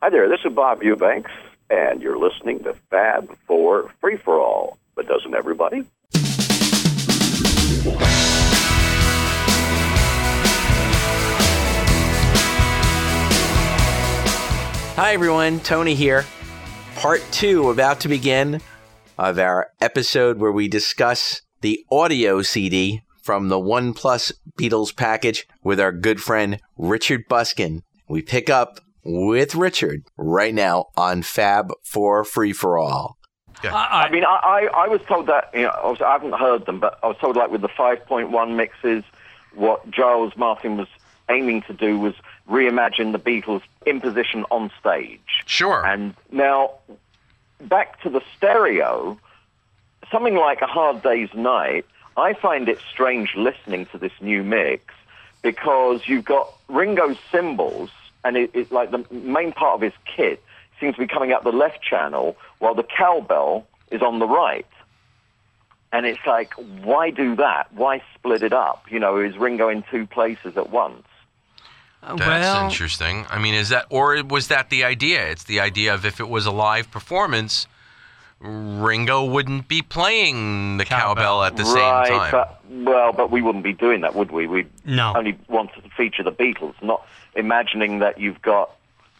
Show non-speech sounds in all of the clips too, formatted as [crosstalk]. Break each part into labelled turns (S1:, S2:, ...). S1: Hi there, this is Bob Eubanks, and you're listening to Fab for Free for All. But doesn't everybody?
S2: Hi, everyone. Tony here. Part two about to begin of our episode where we discuss the audio CD from the One Plus Beatles package with our good friend Richard Buskin. We pick up with Richard right now on Fab for Free for All.
S1: I mean, I, I, I was told that, you know, obviously I haven't heard them, but I was told like with the 5.1 mixes, what Giles Martin was aiming to do was reimagine the Beatles in position on stage.
S3: Sure.
S1: And now, back to the stereo, something like A Hard Day's Night, I find it strange listening to this new mix because you've got Ringo's cymbals, and it, it's like the main part of his kit seems to be coming out the left channel, while the cowbell is on the right. And it's like, why do that? Why split it up? You know, is Ringo in two places at once?
S3: That's interesting. I mean, is that or was that the idea? It's the idea of if it was a live performance, Ringo wouldn't be playing the cowbell, at the
S1: right, uh,
S3: same time.
S1: But, well, but we wouldn't be doing that, would we? We'd
S4: No.
S1: only want to feature the Beatles, not imagining that you've got,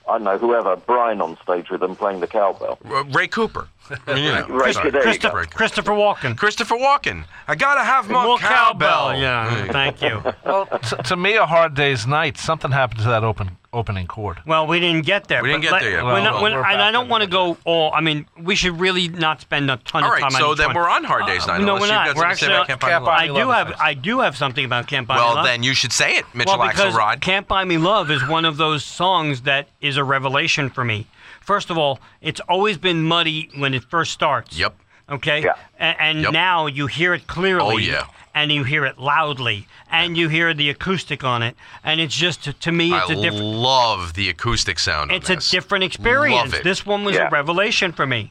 S1: I don't know, whoever, Brian on stage with them playing the cowbell.
S3: R- Ray
S4: [laughs]
S3: Cooper. I mean, you know,
S1: Ray
S3: sorry.
S1: Cooper.
S3: Christo-
S1: There
S4: Christo- Christopher Walken.
S3: Christopher Walken. I gotta have more,
S4: More
S3: cowbell.
S4: cowbell. Yeah, thank you.
S5: Well, t- to me, a hard day's night. Something happened to that open opening chord.
S4: Well, we didn't get there.
S3: We didn't
S4: but
S3: get
S4: let-
S3: there yet.
S4: we're not-
S3: Well,
S4: we're-
S5: we're
S4: and I
S5: back
S4: don't
S5: on
S4: want to
S5: the
S4: go all. I mean, we should really not spend a ton
S3: All
S4: of
S3: right,
S4: time on
S3: so
S4: each
S3: then
S4: one. Uh,
S3: we're on Hard Day's Night,
S4: No,
S3: unless
S4: we're
S3: you've
S4: not.
S3: got
S4: we're
S3: something to say
S4: actually.
S3: about Can't Buy Me Love.
S4: I do
S5: Love
S4: have.
S5: is nice.
S4: I do have something about Can't Buy Me
S3: Well,
S4: Love.
S3: then you should say it, Mitchell
S4: Well, because
S3: Axelrod.
S4: Can't Buy Me Love is one of those songs that is a revelation for me. First of all, it's always been muddy when it first starts.
S3: Yep.
S4: Okay.
S1: Yeah.
S4: A- And,
S3: Yep.
S4: now you hear it clearly.
S3: Oh, yeah.
S4: And you hear it loudly, and you hear the acoustic on it, and it's just to me,
S3: I
S4: it's a different.
S3: love the acoustic sound. on
S4: It's a
S3: this.
S4: different experience.
S3: Love it.
S4: This one was
S1: Yeah.
S4: a revelation for me.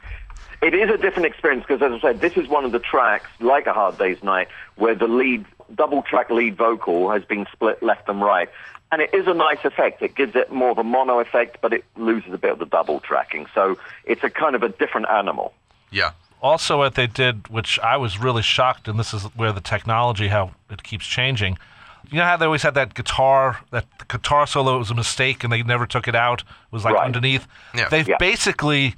S1: It is a different experience because, as I said, this is one of the tracks, like A Hard Day's Night, where the lead, double track lead vocal has been split left and right. And it is a nice effect. It gives it more of a mono effect, but it loses a bit of the double tracking. So it's a kind of a different animal.
S3: Yeah.
S5: Also, what they did, which I was really shocked, and this is where the technology, how it keeps changing. You know how they always had that guitar, that guitar solo was a mistake, and they never took it out. It was like
S1: Right.
S5: underneath.
S3: Yeah.
S5: They've
S1: Yeah.
S5: basically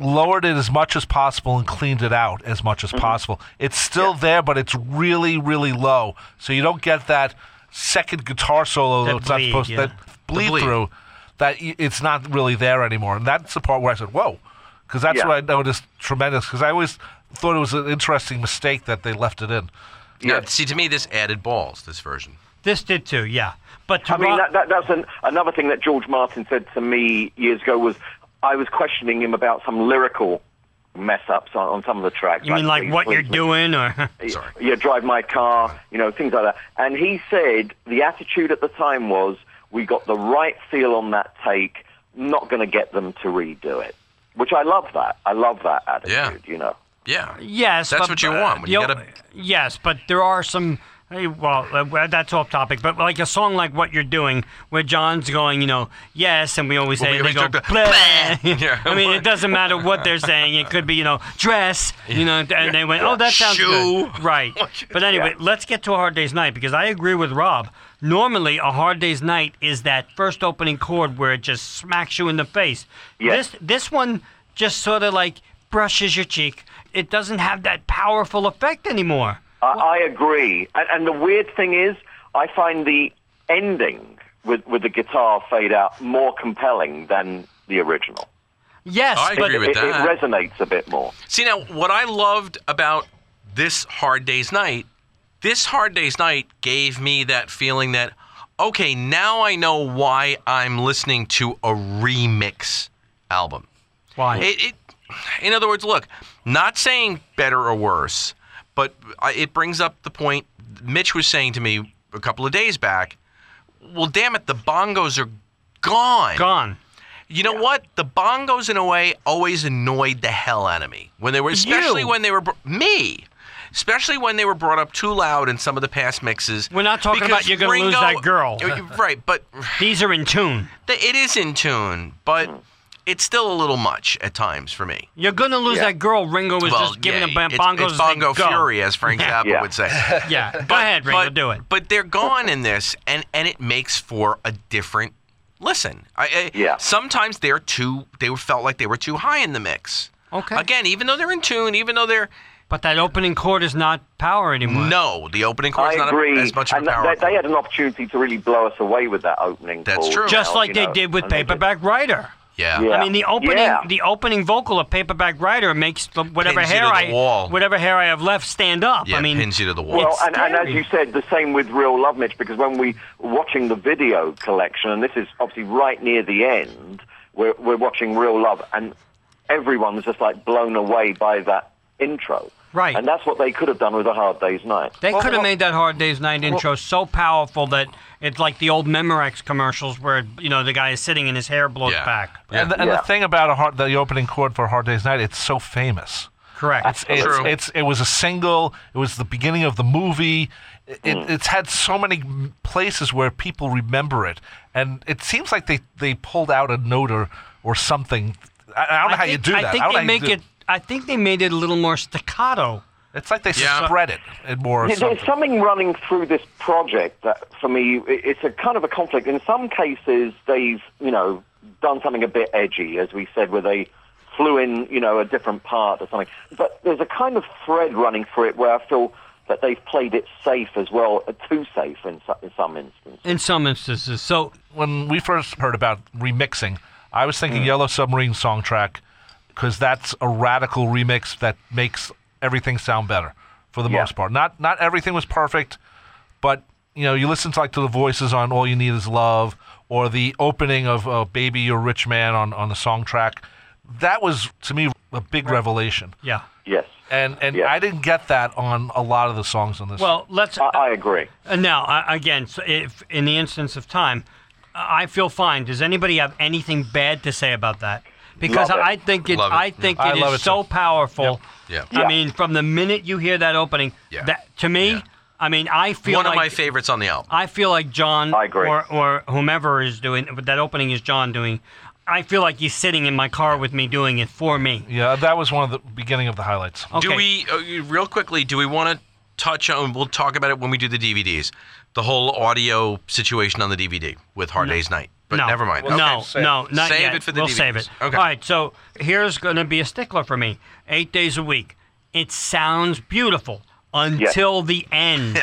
S5: lowered it as much as possible and cleaned it out as much
S1: Mm-hmm.
S5: as possible. It's still there, but it's really, really low. So you don't get that second guitar solo
S4: That
S5: that's not
S4: bleed,
S5: supposed to
S4: yeah.
S5: that bleed,
S3: bleed.
S5: through. That y- it's not really there anymore, and that's the part where I said, "Whoa," because that's
S1: Yeah.
S5: what I noticed tremendous. Because I always thought it was an interesting mistake that they left it in.
S3: Now, see, to me, this added balls. This version.
S4: This did too, yeah. But to
S1: I mean,
S4: Ro-
S1: that, that, that's an, another thing that George Martin said to me years ago was I was questioning him about some lyrical mess ups on, on some of the tracks.
S4: you mean like
S1: please,
S4: what
S1: please,
S4: you're
S1: please,
S4: doing, or [laughs]
S3: Sorry.
S1: you drive my car, you know, things like that. And he said the attitude at the time was, we got the right feel on that take, not going to get them to redo it. Which I love that. I love that attitude, you know.
S3: Yeah.
S4: yes?
S3: That's
S4: but-
S3: what you want when you
S4: you'll-
S3: gotta-
S4: Yes, but there are some. hey, Well, uh, well, that's off topic, but like a song like "What You're Doing," where John's going, you know, yes, and we always
S3: Well,
S4: say
S3: we
S4: they go,
S3: always talk
S4: "Bleh."
S3: about- "Bleh." [laughs] Yeah.
S4: [laughs] I mean, it doesn't matter what they're saying. It could be, you know, dress, you know, and they went, oh, that sounds
S3: Shoe.
S4: good, right?
S3: [laughs]
S4: But anyway, let's get to a hard day's night because I agree with Rob. Normally, a hard day's night is that first opening chord where it just smacks you in the face.
S1: Yes.
S4: This this one just sort of like brushes your cheek. It doesn't have that powerful effect anymore.
S1: I, I agree. And, and the weird thing is, I find the ending with, with the guitar fade out more compelling than the original.
S4: Yes,
S3: I
S4: but
S3: agree with
S1: it, it
S3: that.
S1: resonates a bit more.
S3: See now, what I loved about this Hard Day's Night, this Hard Day's Night gave me that feeling that, okay, now I know why I'm listening to a remix album.
S4: why?
S3: It, it, in other words, look, not saying better or worse, but I- it brings up the point Mitch was saying to me a couple of days back. Well, damn it, the bongos are gone.
S4: Gone.
S3: You know what? The bongos, in a way, always annoyed the hell out of me when they were, especially when they were br- me. especially when they were brought up too loud in some of the past mixes.
S4: We're not talking about
S3: because
S4: you're gonna lose that girl.
S3: [laughs] Right, but
S4: These are in tune.
S3: th- it is in tune,
S4: Hmm.
S3: but it's still a little much at times for me.
S4: You're gonna lose
S1: Yeah.
S4: that girl. Ringo is
S3: well,
S4: just giving
S3: yeah,
S4: a ba-
S3: it's,
S4: bongos.
S3: it's
S4: as they
S3: bongo
S4: go.
S3: fury, as
S4: [laughs]
S3: Frank Zappa
S1: Yeah.
S3: would say.
S4: Yeah, go ahead, Ringo.
S3: but,
S4: do it.
S3: But they're gone in this, and and it makes for a different listen. I, I,
S1: Yeah.
S3: Sometimes they're too. They were- felt like they were too high in the mix.
S4: Okay.
S3: Again, even though they're in tune, even though they're
S4: But that opening chord is not power anymore.
S3: no, the opening chord's
S1: I
S3: not
S1: agree.
S3: A, as much of
S1: and
S3: a power.
S1: they, they
S3: chord.
S1: had an opportunity to really blow us away with that opening.
S3: That's
S1: call,
S3: true.
S4: just
S1: now,
S4: like
S1: you
S4: they
S1: know,
S4: did with
S1: and they did.
S4: Paperback Writer.
S3: yeah.
S1: Yeah.
S4: I mean, the opening,
S1: Yeah.
S4: the opening vocal of Paperback Writer makes the, whatever
S3: Pins you
S4: hair
S3: to the
S4: I,
S3: wall.
S4: whatever hair I have left, stand up.
S3: Yeah,
S4: I mean,
S3: pins you to the wall.
S1: Well,
S4: it's
S1: and, and as
S4: scary.
S1: you said, the same with Real Love, Mitch, because when we watching the video collection, and this is obviously right near the end, we're, we're watching Real Love, and everyone was just like blown away by that intro.
S4: Right.
S1: And that's what they could have done with A Hard Day's Night.
S4: They
S5: Well,
S4: could have
S5: well-
S4: made that Hard Day's Night intro so powerful that it's like the old Memorex commercials where you know the guy is sitting and his hair blows
S3: Yeah.
S4: back.
S5: And, the, and
S1: Yeah.
S5: the thing about a hard, the opening chord for a Hard Day's Night, it's so famous.
S4: Correct.
S5: It's, it's,
S3: True.
S5: it's it was a single. It was the beginning of the movie. It, it, it's had so many m- places where people remember it, and it seems like they, they pulled out a note or, or something. I, I don't know how
S4: think,
S5: you do that.
S4: I think
S5: don't know
S4: they
S5: how you
S4: make
S5: do-
S4: it. I think they made it a little more staccato.
S5: It's like they
S3: Yeah.
S5: spread it and more.
S1: [laughs]
S5: Or
S1: Yeah,
S5: something.
S1: There's something running through this project that, for me, i- it's a kind of a conflict. In some cases, they've you know done something a bit edgy, as we said, where they flew in you know a different part or something. But there's a kind of thread running through it where I feel that they've played it safe as well, uh, too safe in, so- in some instances.
S4: In some instances, so
S5: when we first heard about remixing, I was
S1: Mm.
S5: thinking Yellow Submarine song track because that's a radical remix that makes everything sound better for the
S1: Yeah.
S5: most part. Not not everything was perfect, but you know you listen to like to the voices on All You Need Is Love or the opening of uh, Baby You're a Rich Man on on the song track. That was to me a big revelation,
S4: yeah.
S1: Yes,
S5: and and
S1: Yeah.
S5: I didn't get that on a lot of the songs on this.
S4: Well, let's.
S1: I, I agree.
S4: Uh, Now, uh, again, so if in the instance of time, I I feel fine. Does anybody have anything bad to say about that? Because
S1: Love it.
S4: I think it,
S3: Love it.
S4: I think
S5: I
S4: it
S5: love
S4: is
S5: it
S4: so powerful.
S3: Yep.
S1: Yeah.
S4: I mean, from the minute you hear that opening,
S3: Yeah.
S4: that to me,
S3: Yeah.
S4: I mean, I feel
S3: One
S4: like Uh,
S3: of my favorites on the album.
S4: I feel like John
S1: I agree.
S4: or or whomever is doing but that opening is John doing. I feel like he's sitting in my car with me doing it for me.
S5: yeah, that was one of the beginning of the highlights.
S4: Okay.
S3: Do we uh, real quickly? Do we want to touch on? We'll talk about it when we do the DVDs. The whole audio situation on the DVD with Hard Day's Night. But
S4: no.
S3: never mind.
S4: no,
S3: Okay.
S4: no, not
S3: Save
S4: yet.
S3: it for the
S4: We'll save
S3: DVDs.
S4: it.
S3: Okay.
S4: All right. So here's going to be a stickler for me. Eight days a week. It sounds beautiful until the end.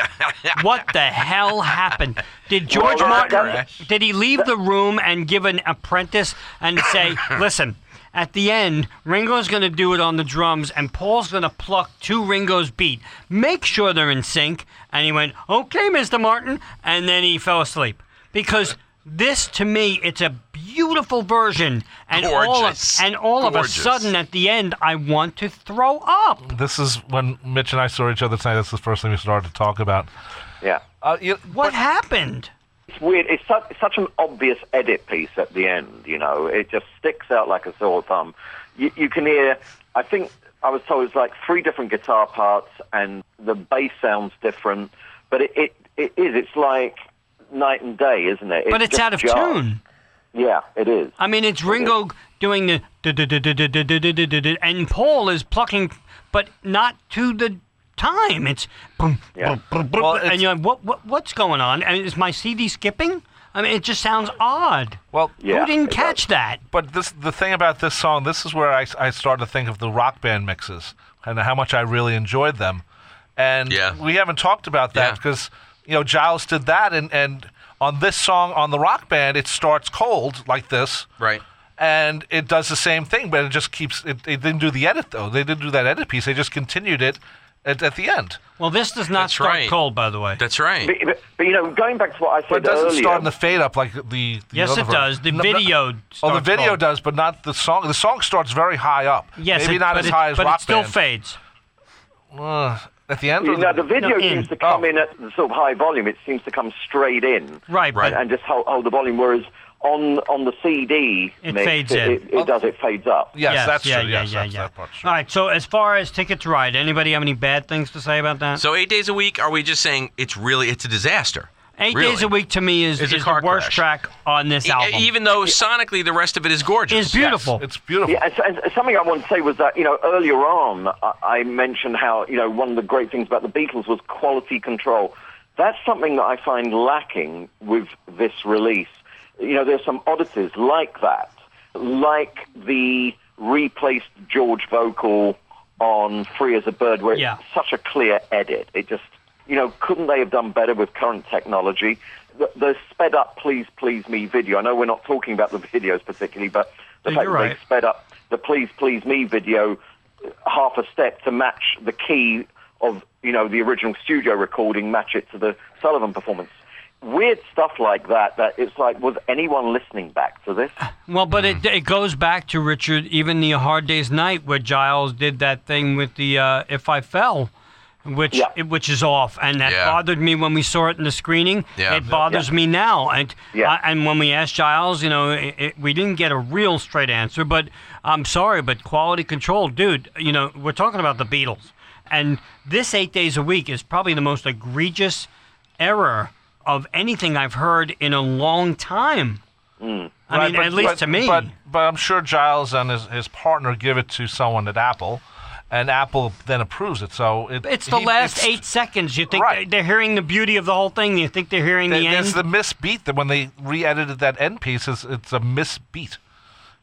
S4: what the hell happened? Did George
S1: Well, that-
S4: Martin?
S1: that-
S4: did he leave the room and give an apprentice and say, "Listen"? At the end, Ringo's going to do it on the drums, and Paul's going to pluck to Ringo's beat. Make sure they're in sync. And he went, "Okay, Mr. Martin," and then he fell asleep because this, to me, it's a beautiful version, and all of,
S3: Gorgeous.
S4: and all of a
S3: Gorgeous.
S4: sudden, at the end, I want to throw up.
S5: This is when Mitch and I saw each other tonight. That's the first thing we started to talk about.
S1: Yeah.
S5: Uh, you,
S4: What happened?
S1: It's weird. It's such, it's such an obvious edit piece at the end. You know, it just sticks out like a sore thumb. You, you can hear. I think I was told it's like three different guitar parts, and the bass sounds different. But it it, it is. It's like night and day, isn't it?
S4: But it's
S1: just
S4: out of
S1: jarring.
S4: tune.
S1: Yeah, it is.
S4: I mean, it's Ringo doing the du- du- du- du- du- du- du- du- du- du- du- and Paul is plucking, but not to the time. It's boom,
S1: Yeah.
S4: boom, boom, boom,
S5: Well,
S4: boom, and
S5: it's-
S4: you're like, what, what, what's going on? And is my CD skipping? I mean, it just sounds odd.
S5: well,
S1: Yeah,
S4: Who didn't
S1: it
S4: catch that?
S5: but this the thing about this song. This is where I, I started to think of the rock band mixes and how much I really enjoyed them. And
S3: Yeah.
S5: we haven't talked about that
S3: Yeah.
S5: because you know Giles did that, and and on this song on the rock band, it starts cold like this,
S3: Right.
S5: And it does the same thing, but it just keeps. It, it didn't do the edit though. They didn't do that edit piece. They just continued it at, at the end.
S4: Well, this does not
S3: That's
S4: start
S3: right.
S4: cold, by the way.
S3: That's right.
S1: But, but, but you know, going back to what I
S5: But it
S1: said
S5: doesn't
S1: earlier,
S5: start in the fade up like the. the
S4: Yes,
S5: other
S4: it
S5: version.
S4: does. The
S5: No, no-
S4: video
S5: Oh, the
S4: starts
S5: video
S4: cold.
S5: does, but not the song. The song starts very high up.
S4: Yes,
S5: maybe
S4: it-
S5: not
S4: but
S5: as
S4: it-
S5: high as
S4: but
S5: rock
S4: it still
S5: band.
S4: fades.
S5: Uh, at the end,
S1: you
S5: or
S1: know, the
S5: the,
S1: video
S4: No, in.
S1: seems to come
S5: Oh.
S1: in at sort of high volume. It seems to come straight in.
S4: Right,
S3: Right.
S4: but
S1: and just hold, hold the volume. Whereas on on the CD,
S4: It
S1: mix,
S4: fades
S1: it,
S4: in.
S1: It, it does. It fades up.
S5: Yes,
S4: Yes,
S5: that's
S4: yeah,
S5: true.
S4: yeah,
S5: yes,
S4: yeah,
S5: that's,
S4: yeah.
S5: that part's true.
S4: All right. So as far as Ticket to Ride, anybody have any bad things to say about that?
S3: So eight days a week? Are we just saying it's really it's a disaster?
S4: Eight
S3: Really.
S4: Days a Week to me is,
S3: It's a
S4: is the
S3: car
S4: worst
S3: crash.
S4: track on this
S3: E-
S4: album.
S3: Even though sonically the rest of it is gorgeous.
S4: it's beautiful.
S5: It's beautiful.
S1: Yeah, and, and something I want to say was that you know earlier on I, I mentioned how you know one of the great things about the Beatles was quality control. That's something that I find lacking with this release. You know, there's some oddities like that, like the replaced George vocal on "Free as a Bird," where
S4: Yeah.
S1: it's such a clear edit. It just, you know, couldn't they have done better with current technology? The, the sped up "Please Please Me" video. I know we're not talking about the [laughs] videos particularly, but the
S4: Yeah,
S1: fact
S4: you're
S1: that
S4: right.
S1: they sped up the "Please Please Me" video uh, half a step to match the key of you know the original studio recording, match it to the Sullivan performance. Weird stuff like that. That it's like, was anyone listening back to this?
S4: Well, but
S3: Hmm.
S4: it, it goes back to Richard, even the Hard Day's Night, where Giles did that thing with the uh, If I Fell, which
S1: Yeah.
S4: it- which is off, and that
S3: Yeah.
S4: bothered me when we saw it in the screening.
S3: Yeah.
S4: It bothers me now, and
S1: Yeah.
S4: I- and when we asked Giles, you know, it, it, we didn't get a real straight answer. But I'm sorry, but quality control, dude. You know, we're talking about the Beatles, and this eight days a week is probably the most egregious error of anything I've heard in a long time. I
S5: Right,
S4: mean,
S5: but-
S4: at least
S5: but-
S4: to me.
S5: But but I'm sure Giles and his, his partner give it to someone at Apple, and Apple then approves it. So it,
S4: It's the
S5: he-
S4: last
S5: it's-
S4: eight seconds. You think
S5: Right.
S4: they're hearing the beauty of the whole thing? You think they're hearing
S5: There,
S4: the end?
S5: there's the misbeat that when they re-edited that end piece, it's, it's a misbeat.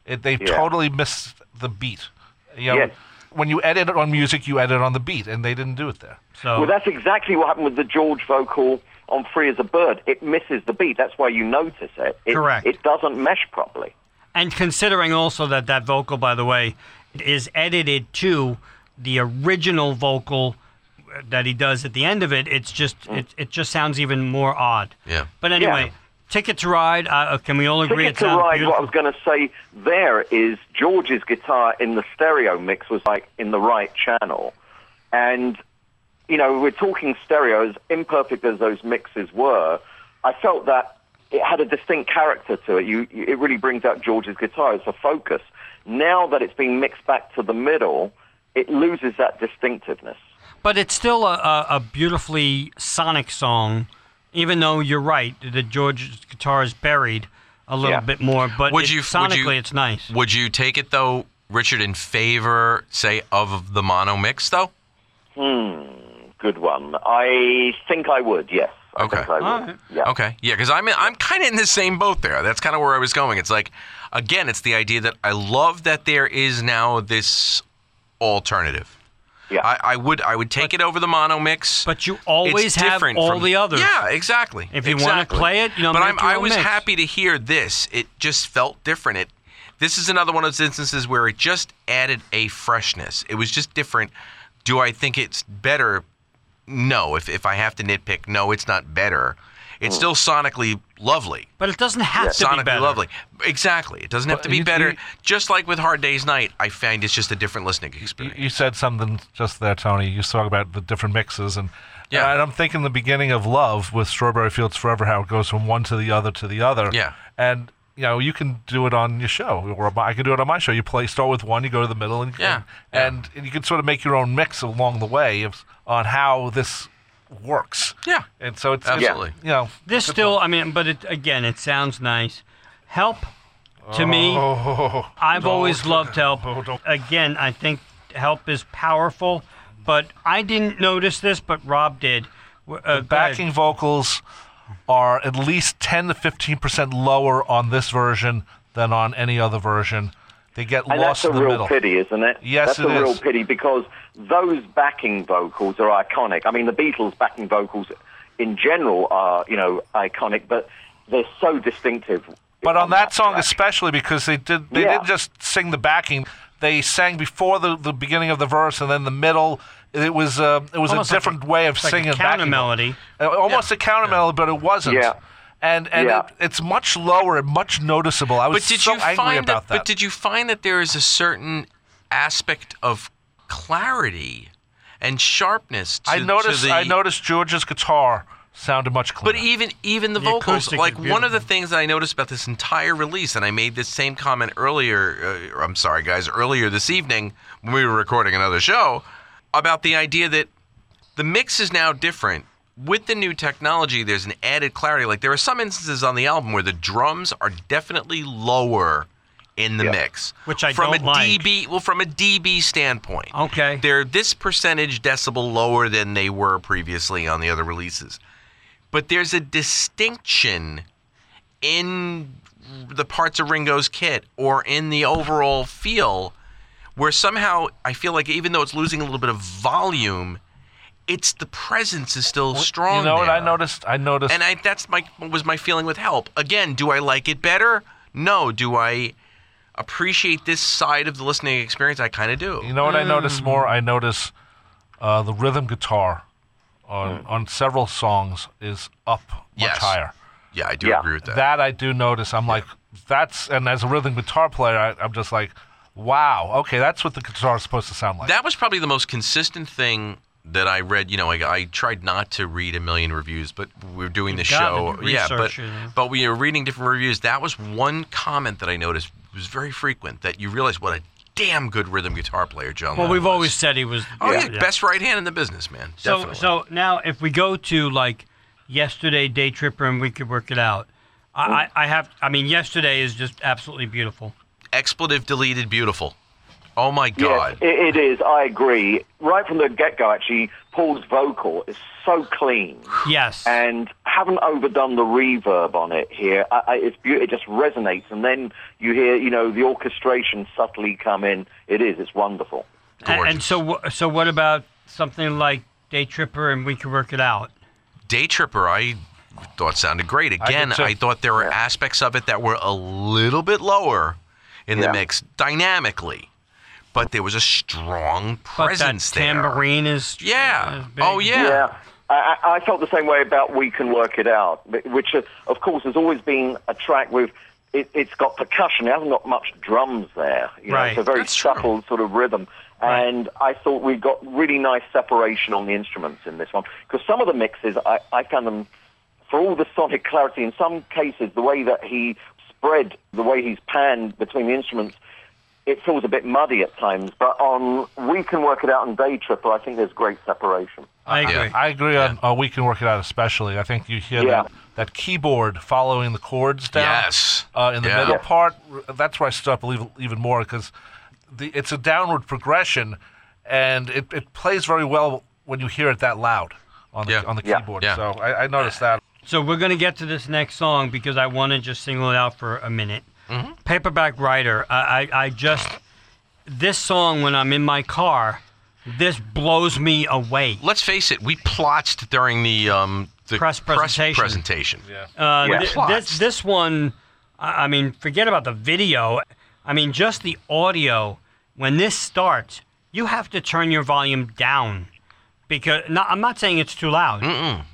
S5: It, they
S1: Yeah.
S5: totally missed the beat. You know,
S1: Yes.
S5: when you edit on music, you edit on the beat, and they didn't do it there.
S4: so,
S1: Well, that's exactly what happened with the George vocal on "Free as a Bird." It misses the beat. That's why you notice it. it
S4: Correct.
S1: It doesn't mesh properly.
S4: and considering also that that vocal, by the way, is edited to the original vocal uh, that he does at the end of it, it's just it, it just sounds even more odd.
S3: Yeah.
S4: But anyway,
S1: Mm. Yeah.
S4: Ticket to Ride. Uh, can we all agree
S1: Ticket
S4: it's
S1: to
S4: sounds
S1: Ride, what I
S4: beautiful?
S1: was going to say there is George's guitar in the stereo mix was like in the right channel. And, you know, we're talking stereo, as imperfect as those mixes were, I felt that it had a distinct character to it. You, you, it really brings out George's guitar. It's a focus. Now that it's being mixed back to the middle, it loses that distinctiveness.
S4: But it's still a, a, a beautifully sonic song, even though you're right that George's guitar is buried a little
S1: Yeah.
S4: bit more. But
S3: Would
S4: it-
S3: you- would
S4: sonically,
S3: you-
S4: it's nice.
S3: Would you take it though, Richard, in favor, say, of the mono mix though?
S1: Good one. I think I would, yes. I
S3: Okay.
S1: think I would.
S4: All right.
S1: Yeah.
S3: Okay, yeah, because I'm in, I'm kind of in the same boat there. That's kind of where I was going. It's like, again, it's the idea that I love that there is now this alternative.
S1: Yeah.
S3: I, I would I would take it over the mono mix.
S4: But you always
S3: it's
S4: have
S3: different
S4: all
S3: from-
S4: the others.
S3: Yeah, exactly.
S4: If you wanna
S3: exactly.
S4: play it, you know,
S3: But
S4: make
S3: I'm,
S4: your
S3: I
S4: own
S3: was
S4: mix.
S3: happy to hear this. It just felt different. It this is another one of those instances where it just added a freshness. It was just different. Do I think it's better? No. If if I have to nitpick, no, it's not better. It's still sonically lovely.
S4: But it doesn't have Hmm. to be
S3: Sonically
S4: better.
S3: lovely. Exactly. It doesn't have to be
S5: you-
S3: better.
S5: you-
S3: just like with Hard Day's Night, I find it's just a different listening
S5: You,
S3: experience.
S5: you said something just there, Tony. You talk about the different mixes, and
S3: Yeah.
S5: and I'm thinking the beginning of Love with Strawberry Fields Forever, how it goes from one to the other to the other.
S3: Yeah.
S5: and you know you can do it on your show, or I can do it on my show. You play start with one, you go to the middle, and
S3: Yeah.
S5: and, and you can sort of make your own mix along the way of, on how this works.
S3: Yeah.
S5: and so it's
S3: Absolutely.
S5: It's, you know,
S4: This still, I mean, but it, again, it sounds nice. Help to me.
S5: oh,
S4: I've
S5: no,
S4: always
S5: it's-
S4: loved help.
S5: oh, don't-
S4: Again, I think help is powerful, but I didn't notice this, but Rob did. W- Uh, go ahead.
S5: backing vocals are at least 10 to 15% lower on this version than on any other version. They get
S1: And
S5: lost
S1: that's a
S5: in the
S1: real
S5: middle.
S1: pity, isn't it?
S5: Yes,
S1: that's
S5: it
S1: a real
S5: is.
S1: pity because those backing vocals are iconic. I mean, the Beatles' backing vocals in general are, you know, iconic, but they're so distinctive.
S5: But on that song
S1: track.
S5: especially because they did they
S1: Yeah.
S5: didn't just sing the backing, they sang before the, the beginning of the verse and then the middle. It was uh, it was
S4: Almost
S5: a
S4: like
S5: different
S4: a-
S5: way of
S4: like a
S5: singing
S4: counter
S5: backing
S4: melody.
S5: Uh, almost a counter melody, but it wasn't.
S1: Yeah.
S5: And and
S1: Yeah.
S5: it, it's much lower and much noticeable. I was
S3: but did
S5: so
S3: you
S5: angry
S3: find
S5: about that.
S3: But did you find that there is a certain aspect of clarity and sharpness? To,
S5: I noticed.
S3: To the,
S5: I noticed George's guitar sounded much cleaner.
S3: But even even the,
S6: The
S3: vocals,
S6: acoustic
S3: like
S6: is
S3: one of the
S6: beautiful.
S3: things that I noticed about this entire release, and I made this same comment earlier. Uh, I'm sorry, guys, earlier this evening when we were recording another show about the idea that the mix is now different. With the new technology, there's an added clarity. Like there are some instances on the album where the drums are definitely lower in the mix,
S4: Which I
S3: from
S4: don't
S3: a
S4: like.
S3: dB well from a dB standpoint.
S4: Okay.
S3: They're this percentage decibel lower than they were previously on the other releases. But there's a distinction in the parts of Ringo's kit or in the overall feel where somehow I feel like even though it's losing a little bit of volume, it's the presence is still strong.
S5: you know what
S3: there.
S5: I noticed? I noticed.
S3: And I that's my was my feeling with help. Again, do I like it better? No. Do I appreciate this side of the listening experience? I kind of do.
S5: You know what I notice
S3: Mm.
S5: more? I notice uh, the rhythm guitar on on several songs is up much
S3: Mm. Yes.
S5: higher.
S3: Yeah, I do
S1: Yeah.
S3: agree with that.
S5: That I do notice. I'm like, that's and as a rhythm guitar player, I, I'm just like, wow, okay, that's what the guitar is supposed to sound like.
S3: That was probably the most consistent thing that I read. You know, I, I tried not to read a million reviews, but we were doing this
S4: gotta
S3: show.
S4: do
S3: yeah, but
S4: research, you know.
S3: but we were reading different reviews. That was one comment that I noticed was very frequent. That you realize what a damn good rhythm guitar player John.
S4: Well,
S3: Lennon
S4: we've
S3: was.
S4: always said he was.
S3: Oh yeah, best right hand in the business, man.
S4: So
S3: Definitely.
S4: so now if we go to like yesterday, day tripper, and we could work it out. I, I I have. I mean, yesterday is just absolutely beautiful.
S3: expletive deleted, beautiful. Oh my
S1: Yes,
S3: god.
S1: it, it is. I agree. Right from the get go, actually, Paul's vocal is so clean
S4: Yes.
S1: and haven't overdone the reverb on it here. I, I, it's beautiful. It just resonates. And then you hear, you know, the orchestration subtly come in. It is. It's wonderful.
S4: A- and,
S3: gorgeous.
S4: so wh- so what about something like day tripper, and we could work it out.
S3: Day Tripper, I thought sounded great. Again,
S5: did too.
S3: I, thought there were aspects of it that were a little bit lower in the
S1: Yeah.
S3: mix dynamically, but there was a strong
S4: But
S3: presence
S4: that
S3: there.
S4: tambourine is
S3: Yeah.
S4: is big.
S3: Oh yeah.
S1: Yeah. I, I I felt the same way about We Can Work It Out, but- which, uh, of course, has always been a track with. It, it's got percussion. It hasn't got much drums there. You know,
S4: Right.
S1: It's a very
S3: That's true.
S1: subtle sort of rhythm. And I thought we got really nice separation on the instruments in this one. Because some of the mixes, I, I found them, for all the sonic clarity, in some cases, the way that he spread, the way he's panned between the instruments, it feels a bit muddy at times. But on We Can Work It Out and Day Tripper, I think there's great separation.
S4: I agree.
S5: I agree on uh, we can work it out. Especially, I think you hear
S1: Yeah.
S5: that that keyboard following the chords down.
S3: Yes.
S5: Uh, in the
S3: Yeah.
S5: middle part, r- that's where I stood up a little- even more because it's a downward progression, and it, it plays very well when you hear it that loud on the
S3: Yeah.
S5: on the
S1: Yeah.
S5: keyboard.
S3: Yeah.
S5: So I, I noticed that.
S4: So we're gonna get to this next song because I want to just single it out for a minute.
S3: Mm-hmm.
S4: Paperback Writer. I, I I just this song when I'm in my car, this blows me away.
S3: Let's face it, we plotched during the um the
S4: Press presentation.
S3: presentation. Yeah.
S4: Uh,
S1: Yeah.
S4: th-
S3: Plots.
S4: this this one, I I mean, forget about the video. I mean, just the audio. When this starts, you have to turn your volume down because no, I'm not saying it's too loud.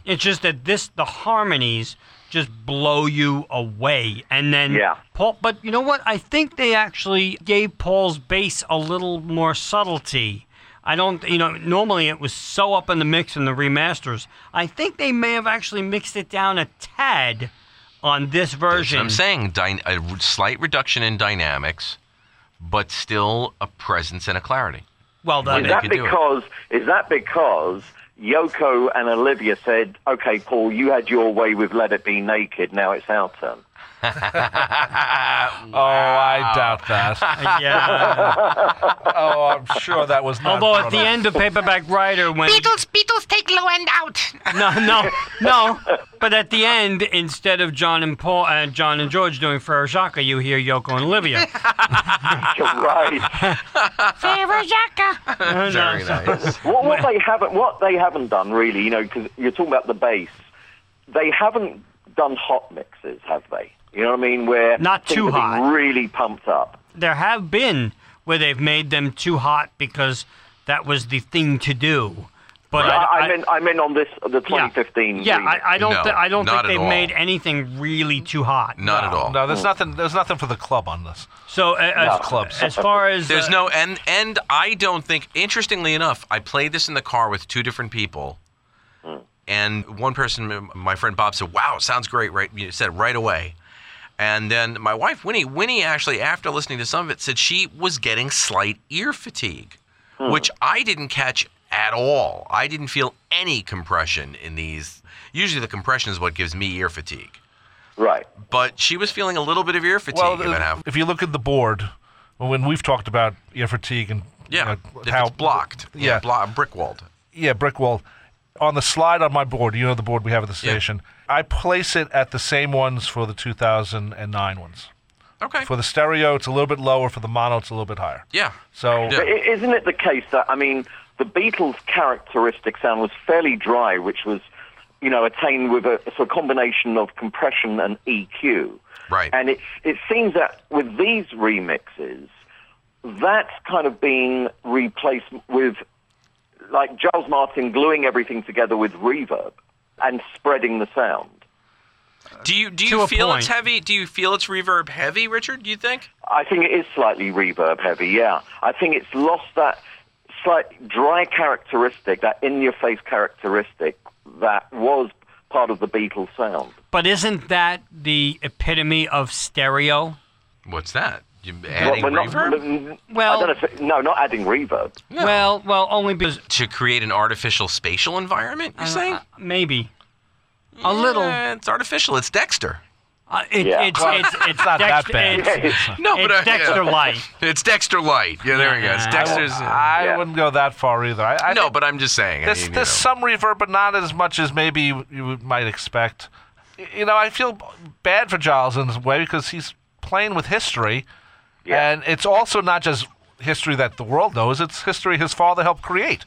S4: It's just that this the harmonies just blow you away, and then
S1: Yeah.
S4: Paul. But you know what? I think they actually gave Paul's bass a little more subtlety. I don't, you know, normally it was so up in the mix in the remasters. I think they may have actually mixed it down a tad on this version.
S3: I'm saying dy- a r- slight reduction in dynamics, but still a presence and a clarity. Well,
S4: Well, done.
S1: Is
S3: they
S1: that
S3: could do it.
S1: because is that because Yoko and Olivia said, "Okay, Paul, you had your way with Let It Be Naked. Now it's our turn."
S4: [laughs]
S5: Oh, I doubt that.
S3: [laughs]
S4: yeah.
S5: [laughs] oh, I'm sure that was not.
S4: Although at the
S5: thought
S4: end of Paperback Writer, when
S7: Beatles, Beatles, take low end out.
S4: no, no, no, but at the end, instead of John and Paul and John and George doing Farajaka, you hear Yoko and Olivia.
S1: You're right.
S7: Favorite Jacka.
S3: [laughs]
S4: No, [laughs] no,
S3: Very nice.
S1: what, what they haven't what they haven't done really, you know, because you're talking about the bass. They haven't done hot mixes, have they? You know what I mean? Where
S4: Not
S1: things
S4: too
S1: have been
S4: hot.
S1: really pumped up.
S4: there have been where they've made them too hot because that was the thing to do. But
S1: I,
S4: I,
S1: I, meant I meant on this the
S4: yeah.
S1: 2015.
S4: Yeah,
S1: remix.
S4: I, I don't.
S3: No,
S4: thi- I don't
S3: not
S4: think
S3: at
S4: they've
S3: all.
S4: made anything really too hot.
S3: Not at all.
S5: No, there's nothing. There's nothing for the club on this.
S4: So uh, as,
S5: clubs.
S4: as far as
S3: There's
S4: uh,
S3: no and and
S5: Hmm.
S3: I don't think interestingly enough, I played this in the car with two different people. And one person, my friend Bob, said, "Wow, sounds great!" Right, you said right away. And then my wife Winnie, Winnie actually, after listening to some of it, said she was getting slight ear fatigue,
S5: Hmm.
S3: which I didn't catch at all. I didn't feel any compression in these. Usually, the compression is what gives me ear fatigue.
S1: Right.
S3: But she was feeling a little bit of ear fatigue
S5: Well,
S3: about half.
S5: if you look at the board, when we've talked about ear fatigue and you
S3: Yeah,
S5: know,
S3: if
S5: how
S3: it's blocked.
S5: yeah.
S3: Yeah, blo- brick walled.
S5: yeah, brick wall. On the slide on my board, you know the board we have at the
S3: Yeah.
S5: station. I place it at the same ones for the 2009 ones.
S3: Okay.
S5: For the stereo, it's a little bit lower. For the mono, it's a little bit higher.
S3: yeah.
S5: So
S3: Yeah.
S1: But i- isn't it the case that I mean, the Beatles' characteristic sound was fairly dry, which was, you know, attained with a sort of combination of compression and EQ.
S3: Right.
S1: And it's it seems that with these remixes, that's kind of being replaced with like Giles Martin gluing everything together with reverb and spreading the sound.
S3: Do you do
S4: To
S3: you
S4: a
S3: feel
S4: point.
S3: it's heavy? Do you feel it's reverb heavy, Richard? Do you think?
S1: I think it is slightly reverb heavy, yeah. I think it's lost that slight dry characteristic, that in your face characteristic that was part of the Beatles sound.
S4: But isn't that the epitome of stereo?
S3: What's that? You adding
S1: Well, we're
S3: reverb
S1: Not, n-
S4: Well-
S1: I don't know if, no, not adding reverb.
S4: Well, well, only because
S3: to create an artificial spatial environment? You're saying
S4: uh, maybe a little.
S3: Eh, it's artificial. It's Dexter.
S4: Uh, it,
S1: Yeah.
S4: it's,
S5: Well,
S4: it's,
S3: [laughs]
S4: it's,
S5: it's not that
S1: [laughs]
S4: Dexter-
S5: bad.
S4: It's,
S3: No,
S4: it's
S3: but I-
S4: Dexter
S3: yeah.
S4: Light.
S3: It's Dexter Light. Yeah, there we go. It's
S4: Yeah.
S3: Dexter's. uh,
S5: I
S1: Yeah.
S5: wouldn't go that far either. I, I
S3: no,
S5: think
S3: but I'm just saying. I
S5: there's,
S3: mean, you
S5: there's
S3: know.
S5: some reverb, but not as much as maybe you, you might expect. Y- You know, I feel b- bad for Giles in a way because he's playing with history,
S1: Yeah.
S5: and it's also not just history that the world knows; it's history his father helped create.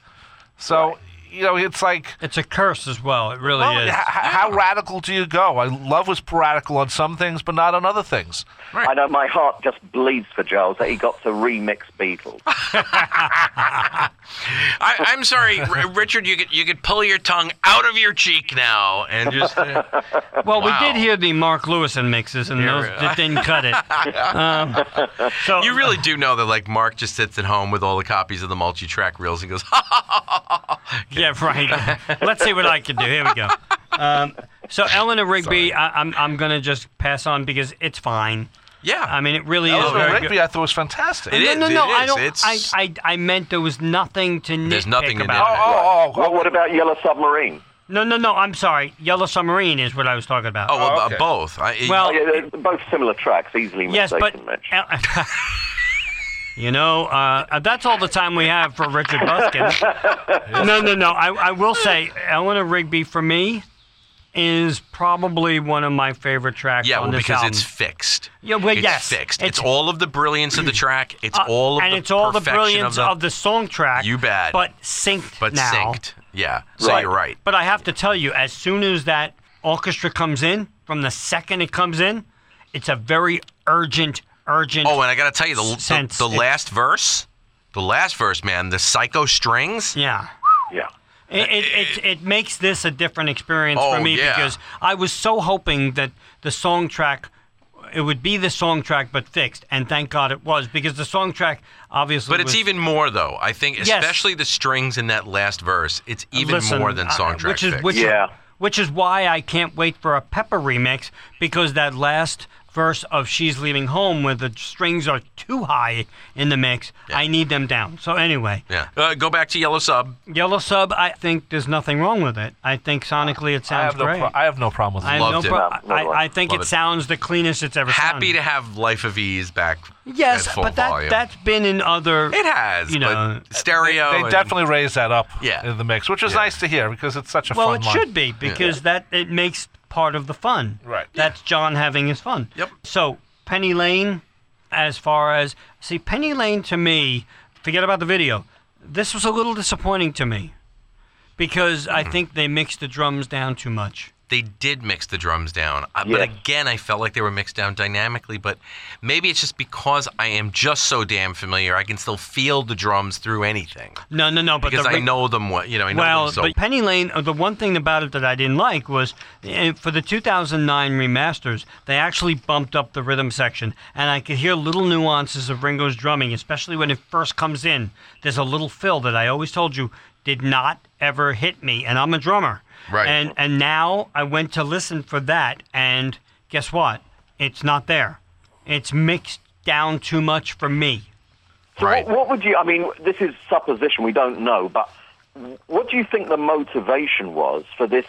S5: So you know, it's like.
S4: It's a curse as well. It really
S5: Well,
S4: is.
S5: h- h- how radical do you go? I love was radical on some things, but not on other things.
S4: Oh,
S3: Right.
S1: I know my heart just bleeds for Giles that he got to remix Beatles.
S3: I, I'm sorry, R- Richard. You could you could pull your tongue out of your cheek now and just. uh,
S4: Well,
S3: Wow.
S4: we did hear the Mark Lewison mixes, and those
S3: we-
S4: that didn't
S3: [laughs]
S4: cut it. Um, so
S3: you really do know that like Mark just sits at home with all the copies of the multi-track reels and goes, ha ha ha.
S4: yeah, right. Let's see what I can do. Here we go. Um, so Eleanor Rigby, I, I'm I'm gonna just pass on because it's fine.
S3: Yeah.
S4: I mean, it really is
S5: Eleanor
S4: very good.
S5: Rigby, I thought was fantastic.
S3: It is.
S4: no, no, no.
S3: it
S4: I
S3: is,
S4: don't.
S3: it's-
S4: I, I, I meant there was nothing to nitpick
S3: There's nothing to
S4: about.
S3: nitpick.
S4: it.
S5: oh, oh, oh,
S1: well, what about Yellow Submarine?
S4: No, no, no. I'm sorry. Yellow Submarine is what I was talking about.
S3: Oh, well,
S5: Oh,
S3: uh,
S5: okay.
S3: both. I,
S4: Well-
S1: Oh, yeah, they're both similar tracks, easily
S4: yes, but
S1: mistaken, Mitch.
S4: El- [laughs] you know, uh, that's all the time we have for Richard
S3: [laughs]
S4: Buskin. no, no, no. I, I will say, Eleanor Rigby for me is probably one of my favorite tracks
S3: yeah,
S4: on
S3: well,
S4: this
S3: because
S4: album.
S3: it's fixed.
S4: Yeah, well,
S3: it's
S4: yes,
S3: fixed. It's,
S4: it's-
S3: all of the brilliance of the [clears throat] track. It's
S4: Uh,
S3: all of
S4: and
S3: the
S4: it's all the
S3: perfection
S4: brilliance
S3: of the,
S4: song track.
S3: You bet.
S4: But synced
S3: but
S4: now.
S3: synced. Yeah, so
S1: Right.
S3: you're right.
S4: But I have to tell you, as soon as that orchestra comes in, from the second it comes in, it's a very urgent, urgent.
S3: Oh, and I got to tell you, the, the,
S4: Sense.
S3: the last verse, the last verse, man, the psycho strings.
S4: yeah.
S1: yeah.
S4: It, it, it, it makes this a different experience for
S3: Oh,
S4: me
S3: yeah.
S4: because I was so hoping that the song track, it would be the song track but fixed, and thank God it was because the song track obviously.
S3: But it's
S4: was-
S3: even more though. I think,
S4: Yes.
S3: especially the strings in that last verse. It's even
S4: Listen,
S3: more than
S4: I-
S3: song track
S4: which is
S3: fixed.
S4: which,
S1: Yeah.
S4: which is why I can't wait for a Pepper remix because that last verse of "She's Leaving Home" where the strings are too high in the mix, I need them down. So anyway,
S3: yeah. Uh, go back to Yellow Sub.
S4: Yellow Sub, I think there's nothing wrong with it. I think sonically it
S5: I
S4: sounds
S5: have no,
S4: great.
S5: pro- I have no problem with
S4: I have
S5: it.
S3: Loved
S4: no
S3: it.
S4: pro-
S1: No, no, no.
S4: I, I think
S3: Love
S4: it
S3: it.
S4: sounded the cleanest it's ever
S3: Happy
S4: sounded.
S3: to have Life of Ease back.
S4: Yes,
S3: at full
S4: but that
S3: volume.
S4: that's been in other.
S3: it has.
S4: you know,
S3: but stereo.
S5: They
S3: and-
S5: definitely raised that up
S3: Yeah.
S5: in the mix, which is
S3: Yeah.
S5: nice to hear because it's such a
S4: well,
S5: fun
S4: it
S5: line.
S4: should be because that it makes part of the fun.
S5: Right.
S4: That's John having his fun.
S3: Yep.
S4: So Penny Lane, as far as see Penny Lane to me, forget about the video. This was a little disappointing to me because I
S3: Mm-hmm.
S4: think they mixed the drums down too much.
S3: they did mix the drums down. Uh, But
S1: Yes.
S3: again, I felt like they were mixed down dynamically. But maybe it's just because I am just so damn familiar. I can still feel the drums through anything
S4: No, no, no. But
S3: because
S4: the
S3: I
S4: ring-
S3: know them. What you know, I know
S4: Well,
S3: them so.
S4: but Penny Lane, uh, the one thing about it that I didn't like was uh, for the 2009 remasters, they actually bumped up the rhythm section, and I could hear little nuances of Ringo's drumming, especially when it first comes in. There's a little fill that I always told you did not ever hit me, and I'm a drummer.
S6: Right.
S4: And and now I went to listen for that, and guess what? It's not there. It's mixed down too much for me.
S1: So
S6: Right.
S1: what, what would you? I mean, this is supposition. We don't know, but what do you think the motivation was for this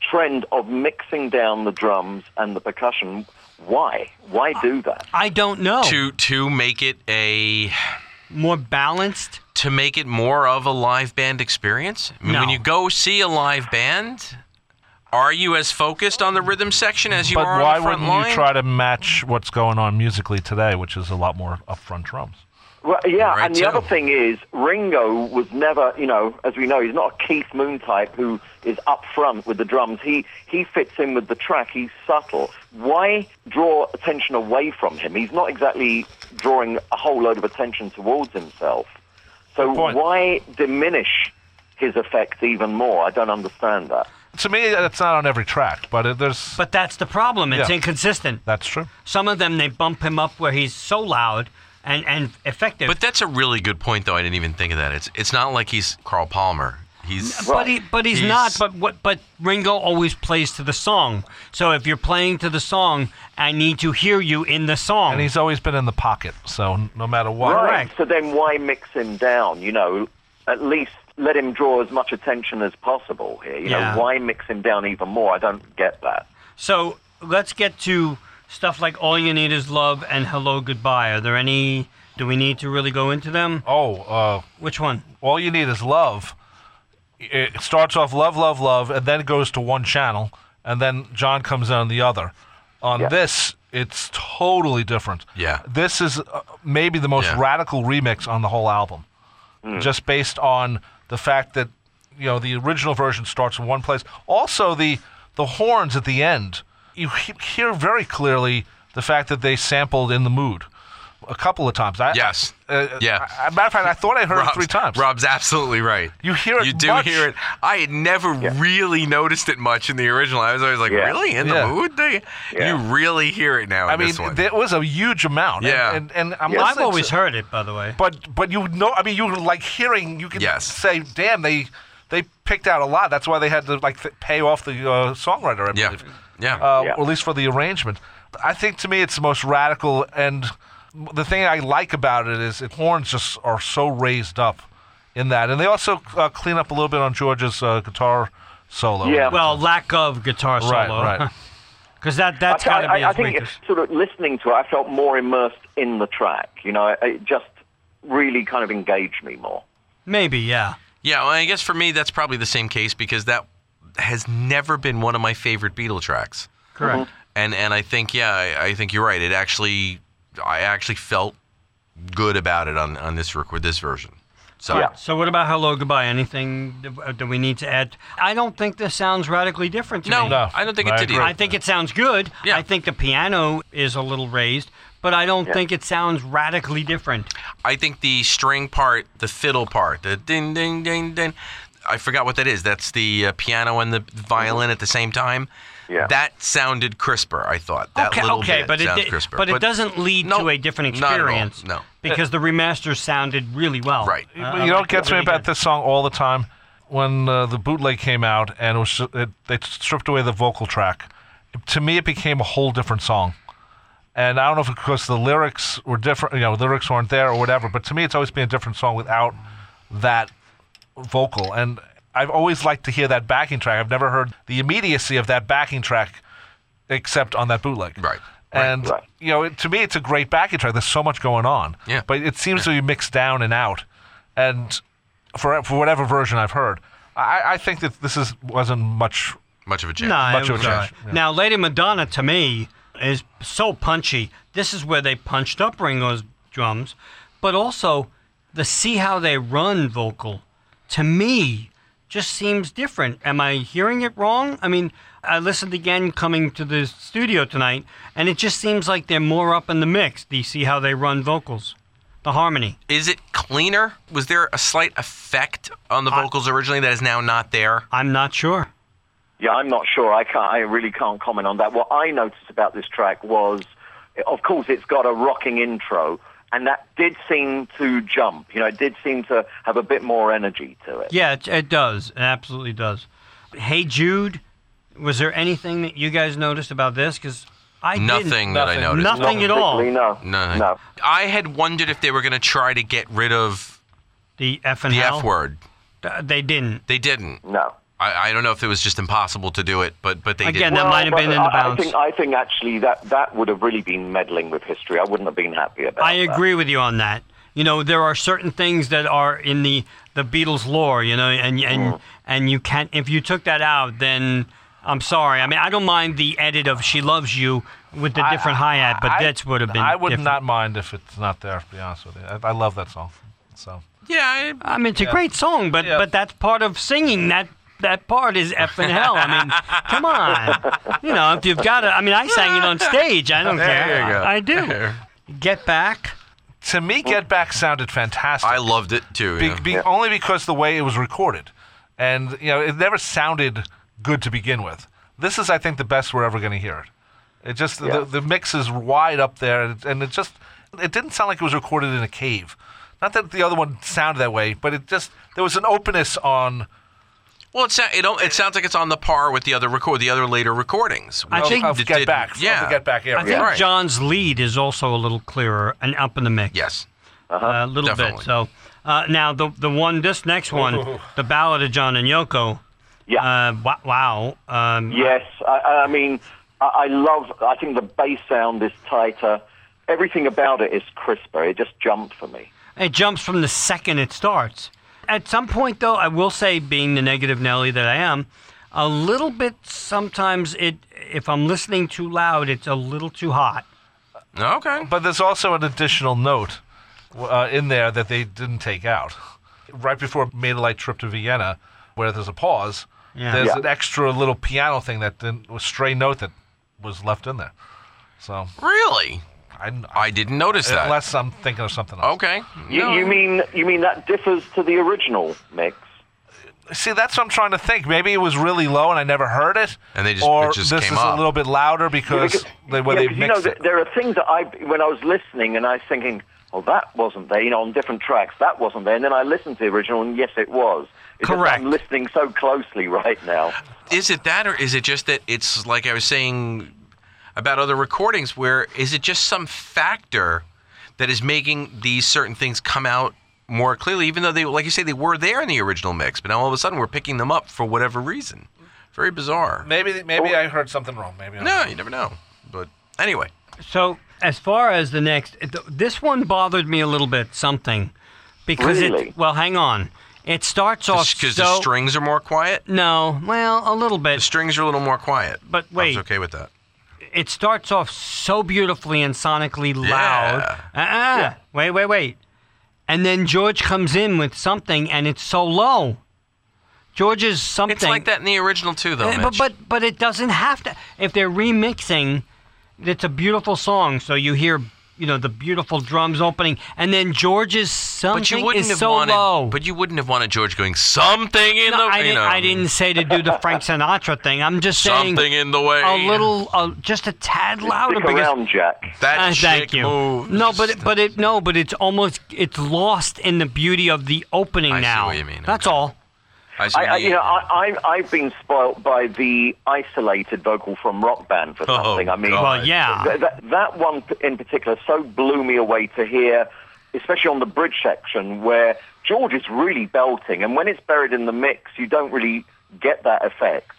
S1: trend of mixing down the drums and the percussion? Why? Why do that?
S4: I don't know.
S3: to to make it a
S4: More balanced.
S3: to make it more of a live band experience? I mean,
S4: No.
S3: When you go see a live band, are you as focused on the rhythm section as you
S5: but
S3: are on
S5: why
S3: the front
S5: wouldn't
S3: line?
S5: you try to match what's going on musically today, which is a lot more upfront drums?
S1: Well, yeah,
S3: Right,
S1: and the
S3: too.
S1: other thing is, Ringo was never, you know, as we know, he's not a Keith Moon type who is up front with the drums. He he fits in with the track. He's subtle. Why draw attention away from him? He's not exactly drawing a whole load of attention towards himself. So
S5: Good point.
S1: why diminish his effects even more? I don't understand that.
S5: To me, that's not on every track, but it, there's
S4: But that's the problem. It's
S5: Yeah.
S4: inconsistent.
S5: that's true.
S4: Some of them they bump him up where he's so loud and and effective.
S3: But that's a really good point, though. I didn't even think of that. It's it's not like he's Carl Palmer. He's
S4: but he, but he's,
S3: He's-
S4: not. But what? But Ringo always plays to the song. So if you're playing to the song, I need to hear you in the song.
S5: And he's always been in the pocket, so no matter what.
S1: Right. So then why mix him down? You know, at least let him draw as much attention as possible here. You
S4: Yeah.
S1: know, why mix him down even more? I don't get that.
S4: so let's get to stuff like "All You Need Is Love" and "Hello Goodbye." Are there any? Do we need to really go into them?
S5: Oh, uh,
S4: Which one?
S5: all you need is love. It starts off love, love, love, and then goes to one channel, and then John comes on the other. On
S1: Yeah.
S5: this, it's totally different.
S3: Yeah.
S5: This is uh, maybe the most
S3: Yeah.
S5: radical remix on the whole album, just based on the fact that you know the original version starts in one place. Also, the the horns at the end, you he- hear very clearly the fact that they sampled in the mood a couple of times. I,
S3: Yes.
S5: Uh,
S3: Yeah.
S5: I, matter of fact, I thought I heard it
S3: Rob's-
S5: three times.
S3: Rob's absolutely right.
S5: You hear it
S3: You do
S5: much.
S3: hear it. I had never really noticed it much in the original. I was always like,
S1: Yeah.
S3: really in
S5: Yeah.
S3: the mood? They,
S1: Yeah.
S3: You really hear it now.
S5: I
S3: in
S5: mean,
S3: this one.
S5: that was a huge amount.
S3: Yeah.
S5: and and, and I'm
S1: Yeah.
S4: I've
S5: listening
S4: always
S5: to-
S4: heard it, by the way.
S5: but but you know, I mean, you were like hearing. You can
S3: Yes.
S5: say, "Damn, they they picked out a lot." That's why they had to like th- pay off the uh, songwriter, I
S3: Yeah.
S5: believe,
S3: Yeah.
S5: Uh,
S1: Yeah.
S5: or at least for the arrangement. I think to me, it's the most radical, and the thing I like about it is it horns just are so raised up in that, and they also uh, clean up a little bit on George's uh, guitar solo.
S1: Yeah.
S4: Well, lack of guitar solo.
S5: right,
S4: [laughs]
S5: right.
S4: Because that that's
S1: I,
S4: got to
S1: I-
S4: be
S1: I
S4: his
S1: think
S4: weakest.
S1: sort of listening to it, I felt more immersed in the track. You know, it, it just really kind of engaged me more.
S4: Maybe, yeah.
S3: Yeah, well, I guess for me that's probably the same case because that has never been one of my favorite Beatle tracks.
S4: Correct.
S1: Mm-hmm.
S3: And and I think yeah, I, I think you're right. It actually, I actually felt good about it on on this record, this version. So
S1: Yeah.
S4: So what about hello goodbye? Anything th- uh, do we need to add? I don't think this sounds radically different to
S3: no,
S4: me.
S5: No,
S3: I don't think
S5: I
S3: it did.
S5: agree.
S3: either.
S4: I think it sounds good.
S3: Yeah.
S4: I think the piano is a little raised, but I don't think it sounds radically different.
S3: I think the string part, the fiddle part, the ding ding ding ding. I forgot what that is. That's the uh, piano and the violin at the same time.
S1: Yeah.
S3: That sounded crisper. I thought that
S4: okay,
S3: little
S4: okay,
S3: bit
S4: but it
S3: sounds
S4: di-
S3: crisper.
S4: but it doesn't lead
S3: No,
S4: to a different
S3: not at all,
S4: experience. Uh,
S3: no.
S4: because the remaster sounded really well.
S3: Right.
S4: Uh,
S5: you know what
S4: like,
S5: gets me
S4: really
S5: about
S4: good.
S5: this song all the time? When uh, the bootleg came out and it was it, they stripped away the vocal track, to me it became a whole different song. And I don't know if because the lyrics were different, you know, lyrics weren't there or whatever. But to me, it's always been a different song without that vocal. And I've always liked to hear that backing track. I've never heard the immediacy of that backing track except on that bootleg.
S3: Right.
S5: And
S1: Right.
S5: you know, it, to me, it's a great backing track. There's so much going on.
S3: Yeah.
S5: But it seems to be mixed down and out, and for for whatever version I've heard, I, I think that this is wasn't much.
S3: much of a change.
S4: No,
S5: Much
S4: it
S5: of a
S4: was all right.
S5: change, yeah.
S4: Now, Lady Madonna to me is so punchy. This is where they punched up Ringo's drums, but also the "See How They Run" vocal to me just seems different. Am I hearing it wrong? I mean, I listened again coming to the studio tonight, and it just seems like they're more up in the mix. The "See How They Run" vocals, the harmony.
S3: Is it cleaner? Was there a slight effect on the vocals originally that is now not there?
S4: I'm not sure.
S1: Yeah, I'm not sure. I can't. I really can't comment on that. What I noticed about this track was, of course, it's got a rocking intro, and that did seem to jump. You know, it did seem to have a bit more energy to it.
S4: Yeah, it, it does. It absolutely does. Hey Jude, was there anything that you guys noticed about this? Because I
S3: Nothing that I
S5: Nothing.
S3: noticed.
S4: Nothing.
S1: Not
S4: at all.
S1: particularly, No.
S3: No,
S1: No.
S3: I had wondered if they were going to try to get rid of
S4: didn't. The F and
S3: the
S4: hell?
S3: F word.
S4: Uh, They didn't.
S3: They didn't.
S1: No.
S3: I, I don't know if it was just impossible to do it, but but they
S4: Again,
S3: did.
S4: that might have
S1: but
S4: been in the
S1: I-
S4: balance.
S1: I think, I think actually that, that would have really been meddling with history. I wouldn't have been happy about
S4: I
S1: that.
S4: agree with you on that. You know, there are certain things that are in the the Beatles lore, you know, and
S5: Mm.
S4: and and you can't if you took that out, then I'm sorry. I mean, I don't mind the edit of "She Loves You" with the different hi hat, but
S5: I-
S4: that's would have been.
S5: I would
S4: different.
S5: not mind if it's not there. To be honest with you, I, I love that song. So
S3: yeah, I,
S4: I mean, it's a great song, but
S5: Yeah.
S4: but that's part of singing. That that part is effing hell.
S3: [laughs]
S4: I mean, come on. You know, if you've got it. I mean, I sang it on stage. I don't
S3: There
S4: care.
S3: you go.
S4: I do. Get back.
S5: to me, Get Back sounded fantastic.
S3: I loved it too.
S5: be,
S3: yeah.
S5: be, only because the way it was recorded, and you know, it never sounded good to begin with. This is, I think, the best we're ever going to hear it. It just
S1: Yeah.
S5: the, the mix is wide up there, and, and it just it didn't sound like it was recorded in a cave. Not that the other one sounded that way, but it just there was an openness on.
S3: well, it, sa- it, don't- it sounds like it's on the par with the other record, the other later recordings.
S4: I
S5: of-
S4: think
S5: of
S3: it
S5: Get
S3: did-
S5: Back, from
S3: yeah.
S5: the Get Back era.
S4: I think
S3: Right.
S4: John's lead is also a little clearer and up in the mix. Uh-huh.
S3: Yes.
S4: a little
S3: Definitely.
S4: bit. So uh, now the the one this next one, the Ballad of John and Yoko.
S1: Yeah.
S4: Uh, wa- wow. Um,
S1: Yes, I, I mean, I, I love. I think the bass sound is tighter. Everything about it is crisper. It just jumped for me.
S4: It jumps from the second it starts. At some point, though, I will say, being the negative Nelly that I am, a little bit sometimes it. If I'm listening too loud, it's a little too hot.
S3: Okay.
S5: But there's also an additional note uh, in there that they didn't take out. Right before made a light trip to Vienna, where there's a pause,
S4: Yeah.
S5: there's
S1: Yeah.
S5: an extra little piano thing that didn't, a stray note that was left in there. So
S3: Really?
S5: I,
S3: I didn't notice that.
S5: unless I'm thinking of something else.
S3: okay.
S1: You,
S3: No.
S1: you mean you mean that differs to the original mix?
S5: See, that's what I'm trying to think. Maybe it was really low and I never heard it,
S3: And they just-
S5: or
S3: it just
S5: this
S3: came
S5: is
S3: up.
S5: a little bit louder because, they, when
S1: yeah,
S5: they
S1: because,
S5: mixed
S1: you know,
S5: it.
S1: th- there are things that I when I was listening and I was thinking, oh, that wasn't there. You know, on different tracks, that wasn't there. And then I listened to the original, and yes, it was. It's just
S4: Correct.
S1: I'm listening so closely right now.
S3: Is it that, or is it just that it's like I was saying about other recordings, where is it just some factor that is making these certain things come out more clearly, even though they, like you say, they were there in the original mix, but now all of a sudden we're picking them up for whatever reason. Very bizarre.
S5: Maybe
S1: Oh.
S5: maybe I heard something wrong. Maybe I'm
S3: No, you never know. But anyway,
S4: So as far as the next, th- this one bothered me a little bit. Something because
S1: Really?
S4: it. Well, hang on. It starts off
S3: because
S4: Oh, so-
S3: the strings are more quiet,
S4: No, well, a little
S3: the
S4: bit.
S3: strings are a little more quiet.
S4: But
S3: I was
S4: wait.
S3: okay with that.
S4: It starts off so beautifully and sonically loud.
S3: Yeah.
S4: Uh-uh. Wait, wait, wait. And then George comes in with something and it's so low. George's something.
S3: It's like that in the original too, though.
S4: Uh, But,
S3: Mitch.
S4: but but it doesn't have to. If they're remixing, it's a beautiful song. So you hear, you know, the beautiful drums opening, and then George's something
S3: But you wouldn't
S4: is
S3: have
S4: so
S3: wanted.
S4: low.
S3: But you wouldn't have wanted George going something in
S4: No,
S3: the.
S4: I,
S3: you
S4: didn't,
S3: know,
S4: I didn't say to do the Frank Sinatra thing. I'm just saying
S3: Something in the way.
S4: a little, uh, just a tad louder
S1: Stick
S4: because
S1: around, Jack.
S3: That
S4: Uh,
S3: chick
S4: thank you.
S3: moves.
S4: No, but it, but it no, but it's almost it's lost in the beauty of the opening
S3: I see
S4: now.
S3: what you mean,
S4: That's
S3: okay.
S4: all.
S3: I, see
S1: I, I,
S3: what
S1: you know, I, I, I've been spoilt by the isolated vocal from Rock Band for
S3: Oh,
S1: something. I mean,
S3: God.
S4: Well, yeah.
S1: th- that, that one p- in particular so blew me away to hear, especially on the bridge section where George is really belting, and when it's buried in the mix, you don't really get that effect.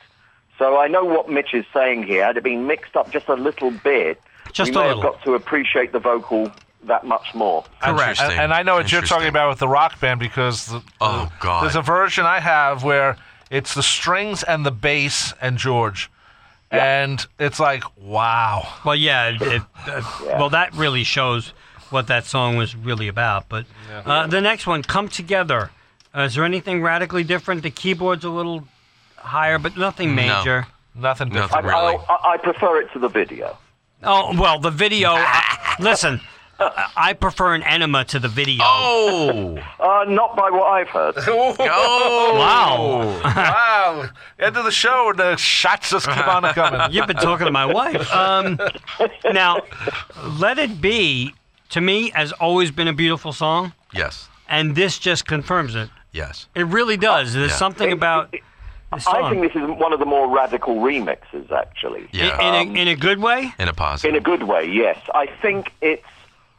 S1: So I know what Mitch is saying here. Had it been mixed up just a little bit,
S4: Just
S1: we
S4: a
S1: may
S4: little.
S1: have got to appreciate the vocal that much more.
S3: Correct.
S5: And, and I know what you're talking about with the rock band because the,
S3: Oh, God.
S5: there's a version I have where it's the strings and the bass and George, and it's like wow.
S4: Well, yeah,
S3: [laughs]
S4: it, it, uh, Well, that really shows what that song was really about. But uh, the next one, "Come Together," uh, is there anything radically different? The keyboard's a little higher, but nothing
S3: No.
S4: major.
S5: Nothing different.
S1: I,
S3: Nothing. Really?
S1: I, I, I prefer it to the video.
S4: Oh well, the
S3: [laughs]
S4: video. I- listen, I, I prefer an enema to the video.
S3: Oh,
S1: Uh, not by what I've heard. [laughs]
S3: oh,
S4: Wow.
S5: [laughs] wow! End of the show, and the shots just keep on
S3: [laughs]
S5: coming.
S4: You've been talking to my wife. Um, now, Let It Be, to me, has always been a beautiful song,
S3: yes,
S4: and this just confirms it.
S3: yes.
S4: It really does. There's
S3: Yeah.
S4: something about the
S1: I
S4: song.
S1: think this is one of the more radical remixes, actually.
S3: Yeah.
S4: in, in a, in a good way?
S3: in a
S1: In
S3: positive.
S1: a good way, yes. I think it's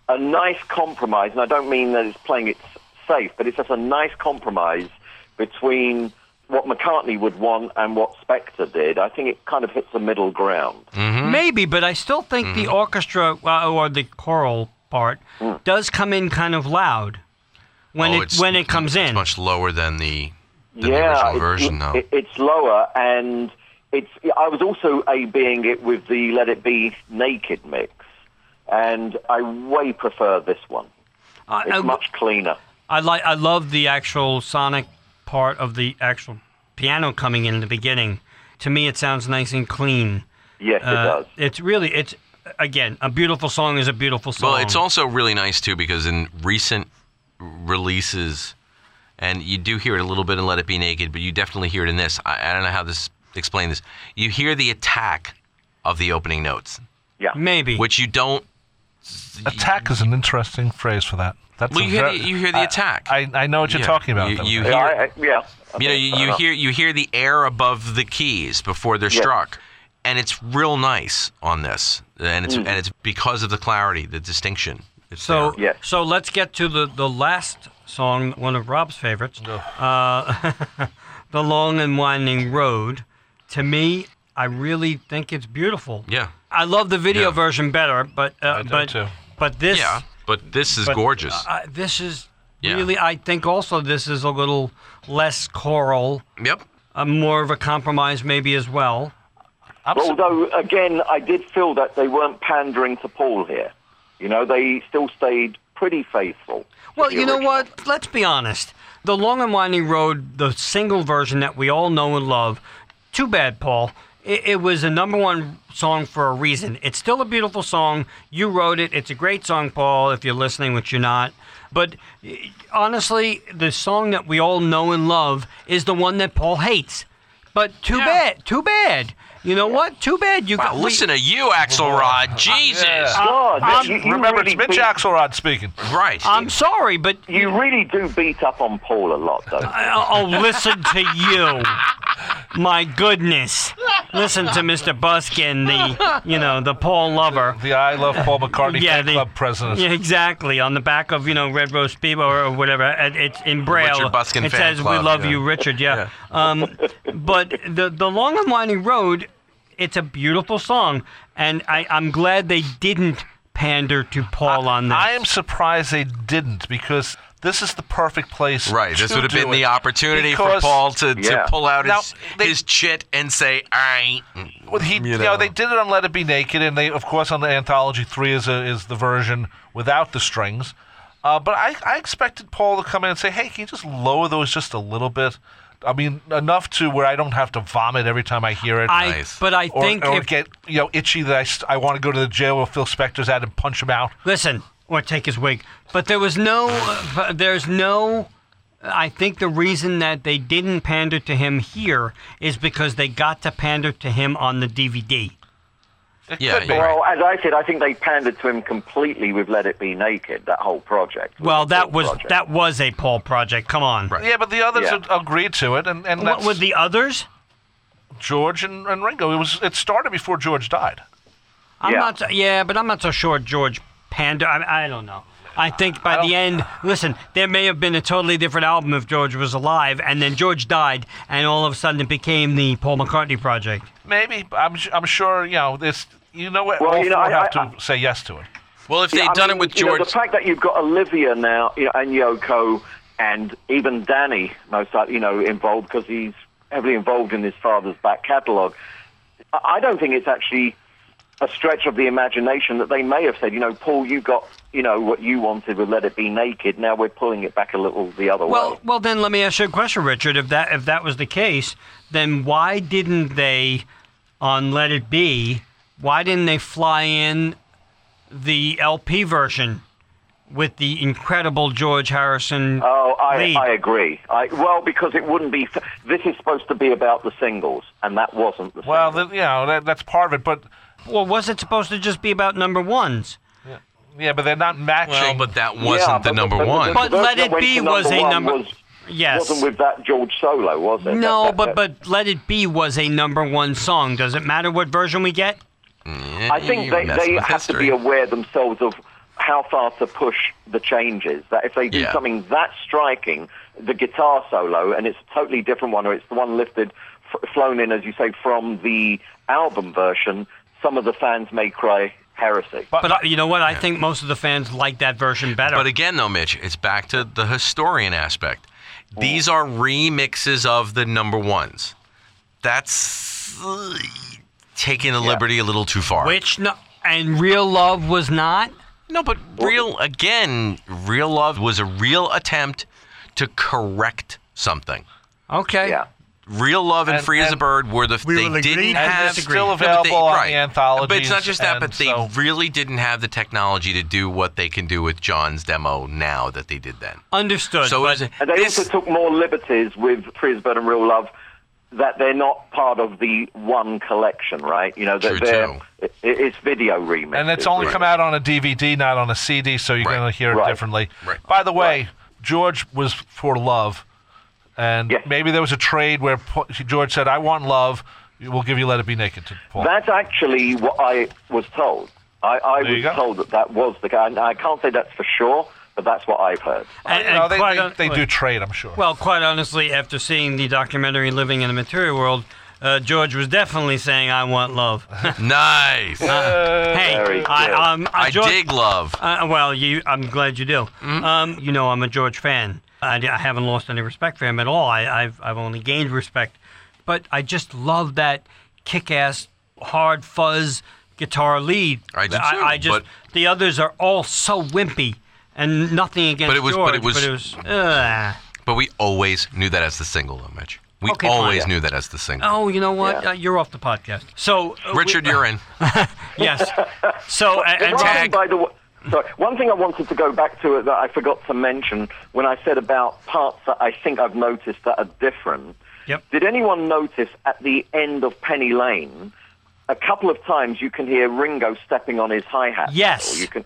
S1: a nice compromise, and I don't mean that it's playing it s- safe, but it's just a nice compromise between what McCartney would want and what Spectre did. I think it kind of hits a middle ground.
S3: Mm-hmm.
S4: Maybe, but I still think the orchestra uh, or the choral part
S1: Mm.
S4: does come in kind of loud when
S3: Oh,
S4: it
S3: it's-
S4: when it comes
S3: it's
S4: in.
S3: much lower than the than
S1: yeah,
S3: the original
S1: it's-
S3: version, though.
S1: it- it's lower, and it's. I was also a being it with the Let It Be naked mix, and I way prefer this one.
S4: I,
S1: It's
S4: I-
S1: much cleaner.
S4: I like I love the actual sonic part of the actual piano coming in the beginning. To me, it sounds nice and clean.
S1: Yes, it
S4: Uh,
S1: does.
S4: It's really it's again a beautiful song is a beautiful song.
S3: Well, it's also really nice too because in recent releases, and you do hear it a little bit in "Let It Be Naked," but you definitely hear it in this. I, I don't know how this explain this. You hear the attack of the opening notes,
S1: Yeah.
S4: maybe
S3: which you don't.
S5: Attack is an interesting phrase for that. That's
S3: Well,
S5: a
S3: you hear
S5: ver-
S3: the, you hear the attack.
S5: I, I know what you're
S3: Yeah.
S5: talking about.
S3: You-
S5: though.
S3: you-
S1: Yeah, I- I- yeah.
S3: you know,
S1: Okay,
S3: you,
S1: fair
S3: you
S1: enough.
S3: hear you hear the air above the keys before they're struck, and it's real nice on this, and it's
S1: Mm.
S3: and it's because of the clarity, the distinction. It's
S4: So
S3: there.
S1: Yeah.
S4: so let's get to the the last song, one of Rob's favorites, uh, [laughs] "The Long and Winding Road." To me, I really think it's beautiful.
S3: yeah,
S4: I love the video
S3: Yeah.
S4: version better, but uh,
S5: do
S4: but
S5: too.
S4: but this
S3: yeah. But this is
S4: but,
S3: gorgeous.
S4: uh, this is
S3: Yeah.
S4: really I think also this is a little less choral,
S3: yep.
S4: uh, more of a compromise maybe as well.
S5: I'm su-
S1: Although, again, I did feel that they weren't pandering to Paul here. You know, they still stayed pretty faithful. to
S4: Well,
S1: the
S4: you know
S1: original.
S4: what? Let's be honest. The Long and Winding Road, the single version that we all know and love, too bad, Paul. It, it was a number one song for a reason. It's still a beautiful song. You wrote it. It's a great song, Paul, if you're listening, which you're not. But eh, honestly, the song that we all know and love is the one that Paul hates. But too bad. Too bad. You know what? Too bad. You
S3: Wow,
S4: got, we-
S3: listen to you, Axelrod. Jesus.
S5: yeah.
S1: God,
S4: I'm-
S1: Ah, you, you
S5: Remember,
S1: really
S5: it's Mitch
S1: beat,
S5: Axelrod speaking.
S3: Right.
S4: I'm sorry, but
S1: You really do beat up on Paul a lot, though.
S4: Oh, oh, listen to you. My goodness. Listen to Mr. Buskin, the, you know, the Paul lover.
S5: The I Love Paul
S4: [laughs]
S5: McCartney
S4: Yeah,
S5: Fan
S4: the-
S5: Club president.
S4: Yeah, exactly. On the back of, you know, Red Rose Speedway or whatever, and it's in Braille.
S3: Richard Buskin
S4: it
S3: fan
S4: says,
S3: club,
S4: We love
S3: yeah.
S4: you, Richard, yeah. Um, but the, the Long and Winding Road, it's a beautiful song, and I, I'm glad they didn't pander to Paul on this.
S5: I am surprised they didn't because this is the perfect place.
S3: Right, this
S5: to
S3: would have been
S5: do
S3: the
S5: it.
S3: opportunity for
S5: Because-
S3: Paul to, to
S1: Yeah.
S3: pull out his,
S5: Now, they-
S3: his chit and say, I ain't.
S5: Well, he, you, know. they did it on "Let It Be Naked," and they, of course, on the anthology three is a, is the version without the strings. Uh, but I, I expected Paul to come in and say, "Hey, can you just lower those just a little bit? I mean, enough to where I don't have to vomit every time I hear it,
S4: I-
S3: Nice.
S4: But I
S5: or,
S4: think
S5: or
S4: if,
S5: get you know itchy that I, st- I want to go to the jail where Phil Spector's at and punch him out."
S4: listen or take his wig but there was no but there's no i think the reason that they didn't pander to him here is because they got to pander to him on the dvd
S5: It
S3: Yeah,
S5: could be.
S3: you're right.
S1: Well, Oh, as I said, I think they pandered to him completely with Let It Be Naked, that whole project.
S4: well that
S1: Paul
S4: was
S1: project.
S4: that was a paul project come on
S3: Right.
S5: Yeah, but the others
S1: Yeah.
S5: ag- agreed to it, and and
S4: what
S5: that's
S4: with the others
S5: George and, and Ringo. It was it started before George died.
S4: i'm
S1: Yeah.
S4: not so, yeah but i'm not so sure george pander i, I don't know I think by the end, listen, there may have been a totally different album if George was alive, and then George died, and all of a sudden it became the Paul McCartney project.
S5: Maybe but I'm su- I'm sure you know this. You know what?
S1: Well,
S5: all
S1: you know,
S5: four
S1: I-
S5: have to
S1: I-
S5: say yes to it.
S3: Well, if they'd
S1: I
S3: done
S1: mean,
S3: it with
S1: you know,
S3: George.
S1: the fact that you've got Olivia now you know, and Yoko and even Danny, most likely, you know, involved because he's heavily involved in his father's back catalogue. I I don't think it's actually a stretch of the imagination that they may have said, you know, Paul, you got, you know, what you wanted with Let It Be Naked. Now we're pulling it back a little the other way.
S4: Well, well, then let me ask you a question, Richard. If that if that was the case, then why didn't they on Let It Be? Why didn't they fly in the LP version with the incredible George Harrison?
S1: Oh, I,
S4: lead?
S1: I agree. I, well, because it wouldn't be. F- this is supposed to be about the singles, and that wasn't the
S5: Well,
S1: singles.
S5: the, you know that, that's part of it, but
S4: Well, was it supposed to just be about number ones?
S5: yeah, but they're not matching.
S3: well, but that wasn't
S1: Yeah,
S3: the
S1: but-
S3: number
S1: but-
S3: one.
S4: But
S1: the version
S4: Let
S1: that
S4: It
S1: went
S4: Be
S1: to
S4: was a
S1: one
S4: number-
S1: was
S4: Yes.
S1: Wasn't with that George solo, was it?
S4: No,
S1: That- that-
S4: but but Let It Be was a number one song. Does it matter what version we get?
S1: I think
S3: You're
S1: they,
S3: messing
S1: they
S3: Eh, with
S1: have to
S3: history.
S1: be aware themselves of how far to push the changes. That if they do
S3: Yeah.
S1: something that striking, the guitar solo, and it's a totally different one, or it's the one lifted, f- flown in, as you say, from the album version, some of the fans may cry heresy.
S4: But uh, you know what? I think most of the fans like that version better.
S3: But again, though, Mitch, it's back to the historian aspect. These are remixes of the number ones. That's uh, taking the liberty a little too far.
S4: Which no, and Real Love was not.
S3: No, but real again, real love was a real attempt to correct something.
S4: Okay.
S1: Yeah.
S3: Real love and,
S5: And-
S3: free as a
S5: and
S3: bird were the
S6: we
S3: they
S6: will agree
S3: didn't
S6: and
S3: have
S5: disagree. Still
S3: No, but they-
S5: available on the
S3: But it's not
S5: anthologies,
S3: just that, but
S5: and
S3: they
S5: so-
S3: really didn't have the technology to do what they can do with John's demo now that they did then.
S4: Understood.
S3: So
S4: but
S3: it was,
S1: And they
S3: this,
S1: also took more liberties with Frisbird and Real Love that they're not part of the one collection, right? You know, that
S3: True,
S1: they're,
S3: too.
S1: it- it's video remixes.
S5: and it's only
S1: really.
S5: come out on a DVD, not on a CD, so you're
S3: Right.
S5: going to hear it
S1: Right.
S5: differently.
S3: Right.
S5: By the way, George was for love, and
S1: Yeah.
S5: maybe there was a trade where Pa- George said, "I want love. We'll give you Let It Be Naked." To Paul.
S1: That's actually what I was told. I, I
S5: There you
S1: was
S5: go.
S1: told that that was the guy. And I can't say that's for sure, but that's what I've heard.
S5: You
S4: and, and
S5: know, they,
S4: quite
S5: they-
S4: hon-
S5: they do trade, I'm sure.
S4: Well, quite honestly, after seeing the documentary "Living in a Material World," uh, George was definitely saying, "I want
S3: [laughs]
S4: love."
S3: nice.
S4: hey,
S1: Very good.
S4: I, um,
S3: I
S4: Uh, George-
S3: dig Mm-hmm. love.
S4: Uh, well, you, I'm glad you do. Um, you know, I'm a George fan. I, I haven't lost any respect for him at all. I, I've, I've only gained respect. But I just love that kick-ass, hard fuzz guitar lead.
S3: I do too,
S4: I, just
S3: but-
S4: the others are all so wimpy and nothing against
S3: it was- but
S4: George.
S3: it was-
S4: uh,
S3: But we always knew that as the single, though, Mitch. We
S4: Okay, fine.
S3: always
S4: Yeah.
S3: knew that as the single.
S4: oh, you know what?
S1: Yeah.
S4: Uh, you're off the podcast. So uh, we-
S3: Richard, you're in.
S4: [laughs] yes. So and, and
S1: one
S3: tag.
S1: thing, by the way, sorry, one thing I wanted to go back to that I forgot to mention when I said about parts that I think I've noticed that are different.
S4: Yep.
S1: Did anyone notice at the end of Penny Lane, a couple of times you can hear Ringo stepping on his hi hat?
S4: Yes.
S1: You can,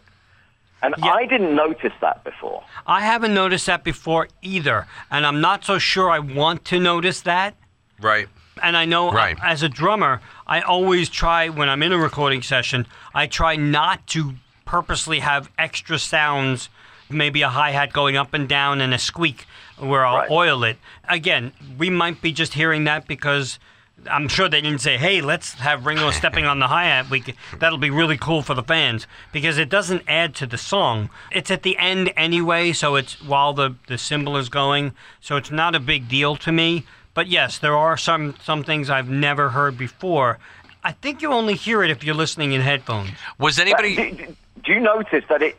S1: and
S4: Yeah.
S1: I didn't notice that before.
S4: I haven't noticed that before either, and I'm not so sure I want to notice that.
S3: Right.
S4: and I know
S3: Right.
S4: uh, as a drummer, I always try when I'm in a recording session, I try not to purposely have extra sounds, maybe a hi hat going up and down and a squeak where I'll
S1: Right.
S4: oil it. Again, we might be just hearing that because. I'm sure they didn't say, "Hey, let's have Ringo stepping on the hi hat." We c- that'll be really cool for the fans because it doesn't add to the song. It's at the end anyway, so it's while the the cymbal is going, so it's not a big deal to me. But yes, there are some some things I've never heard before. I think you only hear it if you're listening in headphones.
S3: Was
S1: But
S3: anybody?
S1: do, do- do you notice that it?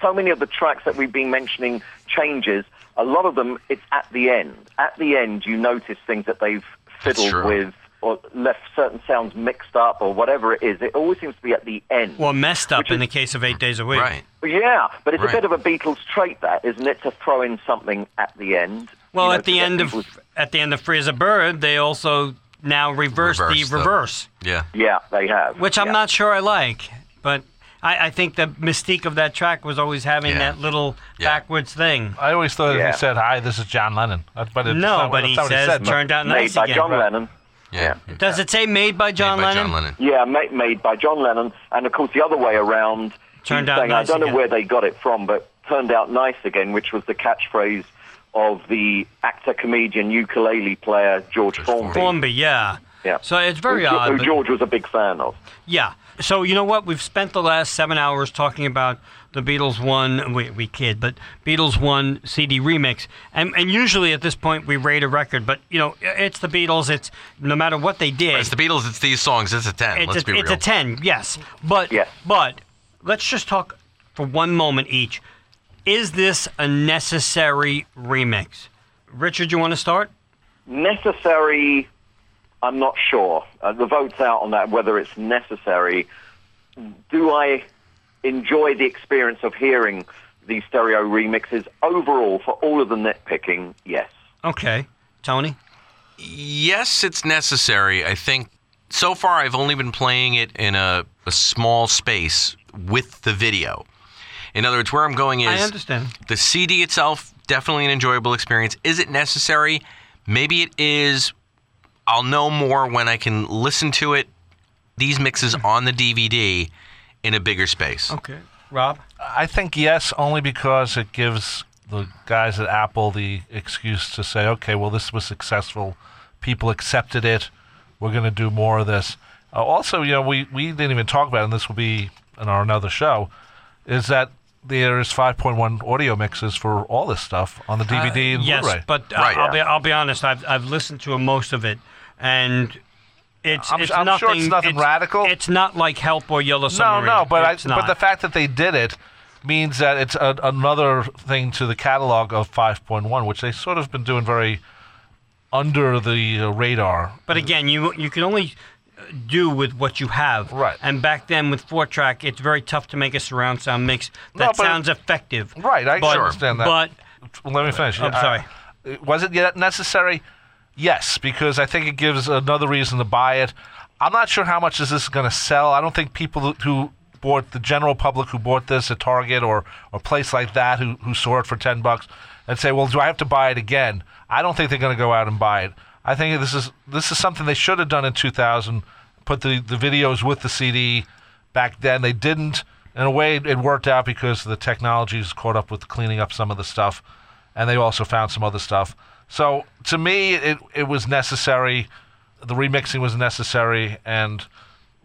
S1: So many of the tracks that we've been mentioning changes. A lot of them, it's at the end. At the end, you notice things that they've fiddled
S3: true.
S1: with or left certain sounds mixed up or whatever it is. It always seems to be at the end.
S4: Well, messed up in the case of Eight Days a Week.
S3: Right.
S1: yeah, but it's
S3: Right.
S1: a bit of a Beatles trait, that isn't it, to throw in something at the end.
S4: Well,
S1: you know,
S4: at the
S1: to get
S4: end of
S1: people-
S4: at the end of Free as a Bird, they also now reverse,
S3: Reverse
S4: the
S3: the-
S4: reverse.
S3: Yeah.
S1: yeah, they have.
S4: which I'm
S1: Yeah.
S4: not sure I like. But I, I think the mystique of that track was always having
S3: Yeah.
S4: that little
S3: Yeah.
S4: backwards thing.
S5: I always thought
S1: Yeah.
S5: he said, "Hi, this is John Lennon." Uh, But it's
S4: No,
S5: not,
S4: but
S5: that's
S4: he
S5: not what
S4: says,
S5: said, but-
S4: turned out
S1: made
S4: nice
S1: by
S4: again.
S1: John Lennon.
S3: Yeah.
S4: Does it say made by John
S3: Made by
S4: Lennon?
S3: John Lennon.
S1: Yeah, made, made by John Lennon, and of course the other way around.
S4: Turned
S1: he's
S4: out
S1: saying,
S4: nice
S1: I don't
S4: again.
S1: know where they got it from, but turned out nice again, which was the catchphrase of the actor, comedian, ukulele player George Formby,
S4: Formby, yeah.
S1: Yeah.
S4: So it's very
S1: who, Ge-
S4: odd.
S1: who
S4: but-
S1: George was a big fan of.
S4: Yeah. So you know what? We've spent the last seven hours talking about the Beatles one. We, we kid, but Beatles one CD remix, and and usually at this point we rate a record, but you know it's the Beatles. It's no matter what they did.
S3: It's the Beatles. It's these songs. It's a ten.
S4: it's,
S3: Let's
S4: a,
S3: be
S4: it's
S3: real.
S4: a 10 yes but
S1: Yes.
S4: but let's just talk for one moment each is this a necessary remix richard you want to start
S1: Necessary, I'm not sure. Uh, the vote's out on that, whether it's necessary. Do I enjoy the experience of hearing these stereo remixes? Overall, for all of the nitpicking, yes.
S4: okay tony
S3: Yes, it's necessary. I think so far I've only been playing it in a, a small space with the video. In other words, where I'm going is
S4: i understand
S3: the CD itself definitely an enjoyable experience. Is it necessary? Maybe it is. I'll know more when I can listen to it, these mixes on the DVD in a bigger space.
S4: Hmm. Okay, Rob.
S5: I think yes, only because it gives the guys at Apple the excuse to say, okay, well, this was successful. People accepted it. We're going to do more of this. Uh, also, you know, we, we didn't even talk about, it, and this will be in our another show, is that there is 5.1 audio mixes for all this stuff on the DVD and
S4: yes,
S5: Blu-ray.
S4: but uh,
S3: Right.
S4: I'll be I'll be honest. I've I've listened to most of it, and it's
S5: I'm-
S4: it's
S5: I'm
S4: nothing.
S5: sure it's nothing radical.
S4: It's not like Help or Yellow Submarine.
S5: No, no, but I,
S4: It's
S5: but
S4: not.
S5: the fact that they did it means that it's a, another thing to the catalog of 5.1, which they sort of been doing very under the uh, radar.
S4: But again, you you can only uh, do with what you have.
S5: Right.
S4: And back then with four track, it's very tough to make a surround sound mix that
S5: No, but-
S4: sounds effective.
S5: Right, I
S4: but,
S5: sure understand that.
S4: But
S5: Let me finish.
S4: I'm
S5: I-
S4: sorry.
S5: was it yet necessary? Yes, because I think it gives another reason to buy it. I'm not sure how much is this going to sell. I don't think people who bought the general public who bought this at Target or or a place like that who who saw it for ten bucks and say, "Well, do I have to buy it again?" I don't think they're going to go out and buy it. I think this is this is something they should have done in 2000. Put the the videos with the CD back then. They didn't. In a way, it worked out because the technology's caught up with cleaning up some of the stuff and they also found some other stuff. So to me, it it was necessary. The remixing was necessary, and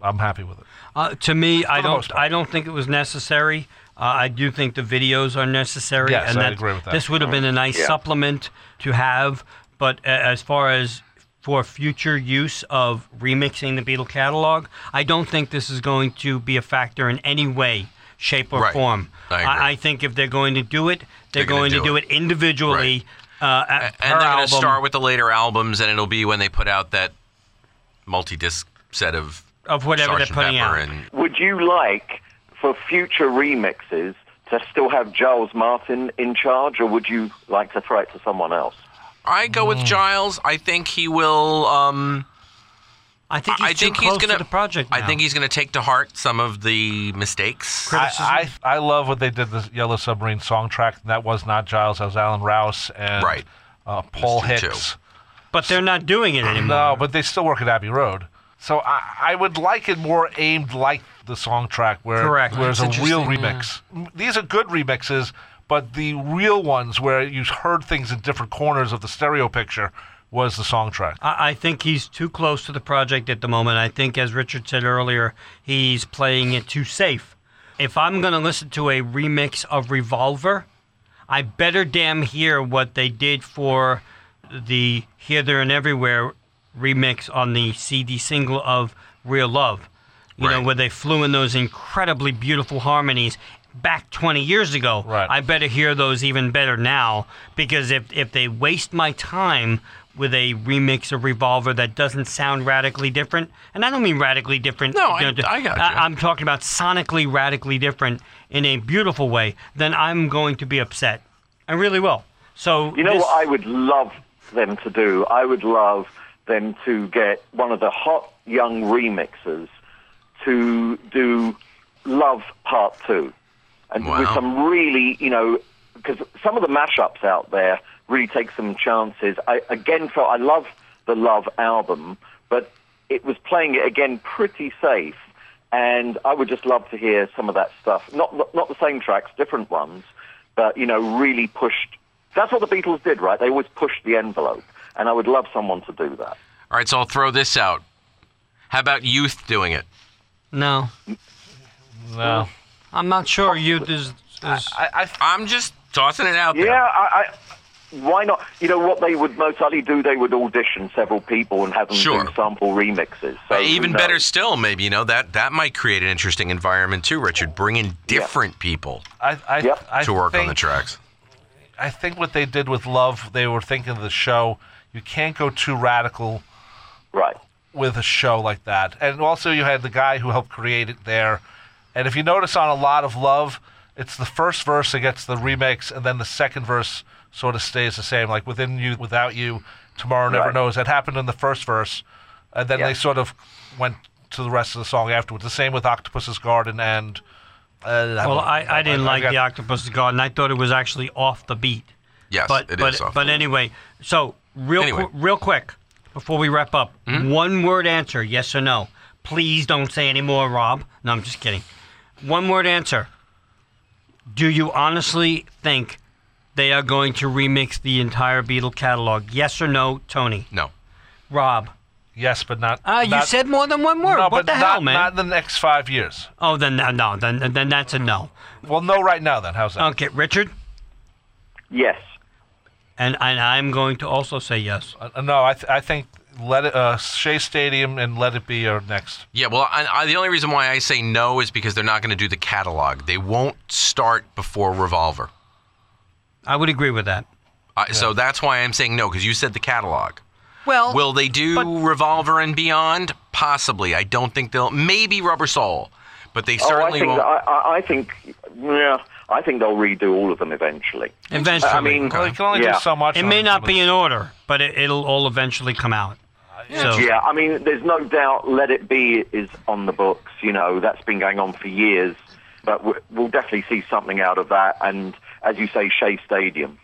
S5: I'm happy with it.
S4: Uh, to me, I
S5: the
S4: don't.
S5: most part.
S4: I don't think it was necessary. Uh, I do think the videos are necessary.
S5: Yes,
S4: and
S5: I agree with that.
S4: This would have been a nice
S1: Yeah.
S4: supplement to have, but a- as far as for future use of remixing the Beatle catalog, I don't think this is going to be a factor in any way, shape, or
S3: Right.
S4: form.
S3: I agree.
S4: I, think if they're going to do it, they're,
S3: They're gonna
S4: going to
S3: do
S4: do it,
S3: it.
S4: individually. Uh, at, per
S3: and they're going to
S4: album.
S3: start with the later albums, and it'll be when they put out that multi-disc set of
S4: Of whatever they're
S3: Sgt.
S4: putting
S3: Pepper
S4: out.
S3: And,
S1: Would you like for future remixes to still have Giles Martin in charge, or would you like to throw it to someone else?
S3: I go
S4: Mm.
S3: with Giles. I think he will. Um,
S4: I think he's
S3: I
S4: too
S3: think
S4: close
S3: he's going
S4: to the project.
S3: I
S4: now.
S3: think he's going to take to heart some of the mistakes.
S5: I, I I love what they did the Yellow Submarine song track. That was not Giles. That was Alan Rouse and
S3: Right.
S5: uh, Paul
S3: Those two,
S5: Hicks.
S4: but they're not doing it anymore.
S5: No, Oh, but they still work at Abbey Road. So I, I would like it more aimed like the song track, where
S4: Correct.
S5: where it's a
S4: That's
S5: real remix.
S3: Mm-hmm.
S5: M- These are good remixes, but the real ones where you heard things in different corners of the stereo picture was the song track.
S4: I, I think he's too close to the project at the moment. I think, as Richard said earlier, he's playing it too safe. If I'm going to listen to a remix of Revolver, I better damn hear what they did for the Here, There, and Everywhere remix on the CD single of Real Love. You know,
S3: Right.
S4: where they flew in those incredibly beautiful harmonies back 20 years ago.
S5: Right.
S4: I better hear those even better now because if, if they waste my time with a remix of Revolver that doesn't sound radically different, and I don't mean radically different.
S3: No, I- I got you.
S4: I'm talking about sonically radically different in a beautiful way, then I'm going to be upset. I really will. So
S1: You know
S4: this-
S1: what I would love them to do? I would love them to get one of the hot young remixers to do Love Part 2. And
S3: Wow.
S1: with some really, you know, because some of the mashups out there really take some chances. I again felt I love the Love album, but it was playing it again pretty safe. And I would just love to hear some of that stuff. Not not the same tracks, different ones, but you know, really pushed. That's what the Beatles did, right? They always pushed the envelope, and I would love someone to do that.
S3: All right, so I'll throw this out. How about youth doing it?
S4: No,
S5: no.
S4: I'm not sure. You there's, there's
S5: I, I
S3: I'm just tossing it out
S1: Yeah,
S3: there.
S1: I, I, why not? You know what they would most likely do? They would audition several people and have them
S3: Sure.
S1: do sample remixes. So
S3: Uh,
S1: who
S3: Even
S1: knows?
S3: better still, maybe you know that that might create an interesting environment too. Richard, bring in different people
S5: I, I,
S1: Yep.
S5: I
S3: to work
S5: think,
S3: on the tracks.
S5: I think what they did with Love, they were thinking of the show. You can't go too radical
S1: right?
S5: with a show like that. And also, you had the guy who helped create it there. And if you notice on a lot of Love, it's the first verse that gets the remix, and then the second verse sort of stays the same, like within you, without you, tomorrow never
S1: Right.
S5: knows. That happened in the first verse, and then
S1: Yeah.
S5: they sort of went to the rest of the song afterwards. The same with Octopus's Garden and. Uh,
S4: well,
S5: don't-
S4: I, I didn't like
S5: got-
S4: the Octopus Garden. I thought it was actually off the beat.
S3: Yes,
S4: but
S3: it is
S4: but
S3: awful.
S4: but anyway, so real
S3: Anyway. Mm-hmm.
S4: qu- real quick before we wrap up, one word answer: yes or no. Please don't say any more, Rob. No, I'm just kidding. One word answer. Do you honestly think they are going to remix the entire Beatle catalog? Yes or no, Tony?
S3: No.
S4: Rob.
S5: Yes, but not.
S4: Uh, you
S5: not-
S4: said more than one word.
S5: no,
S4: what
S5: but
S4: the hell,
S5: not,
S4: man?
S5: Not in the next five years.
S4: oh, then no, no, then then that's a no.
S5: Well, no, right now then. How's that?
S4: Okay, Richard,
S1: Yes.
S4: and and I'm going to also say yes.
S5: Uh, no, I, th- I think let it, uh, Shea Stadium and Let It Be are next.
S3: Yeah, well, I, I, the only reason why I say no is because they're not going to do the catalog. They won't start before Revolver.
S4: I would agree with that.
S3: Uh, So that's why I'm saying no, because you said the catalog.
S4: Well,
S3: Will they do
S4: but-
S3: Revolver and Beyond? Possibly. I don't think they'll. Maybe Rubber Soul, but they
S1: oh, I
S3: certainly
S1: think
S3: won't.
S1: I, I, I think yeah, I think they'll redo all of them eventually.
S4: eventually.
S1: I mean,
S5: Well, they can only
S1: Yeah.
S5: do so much.
S4: It
S5: on
S4: may not
S5: somebody-
S4: be in order, but it, it'll all eventually come out. So,
S1: Yeah, I mean, there's no doubt Let It Be is on the books. You know, that's been going on for years. But we- we'll definitely see something out of that. And as you say, Shea Stadium.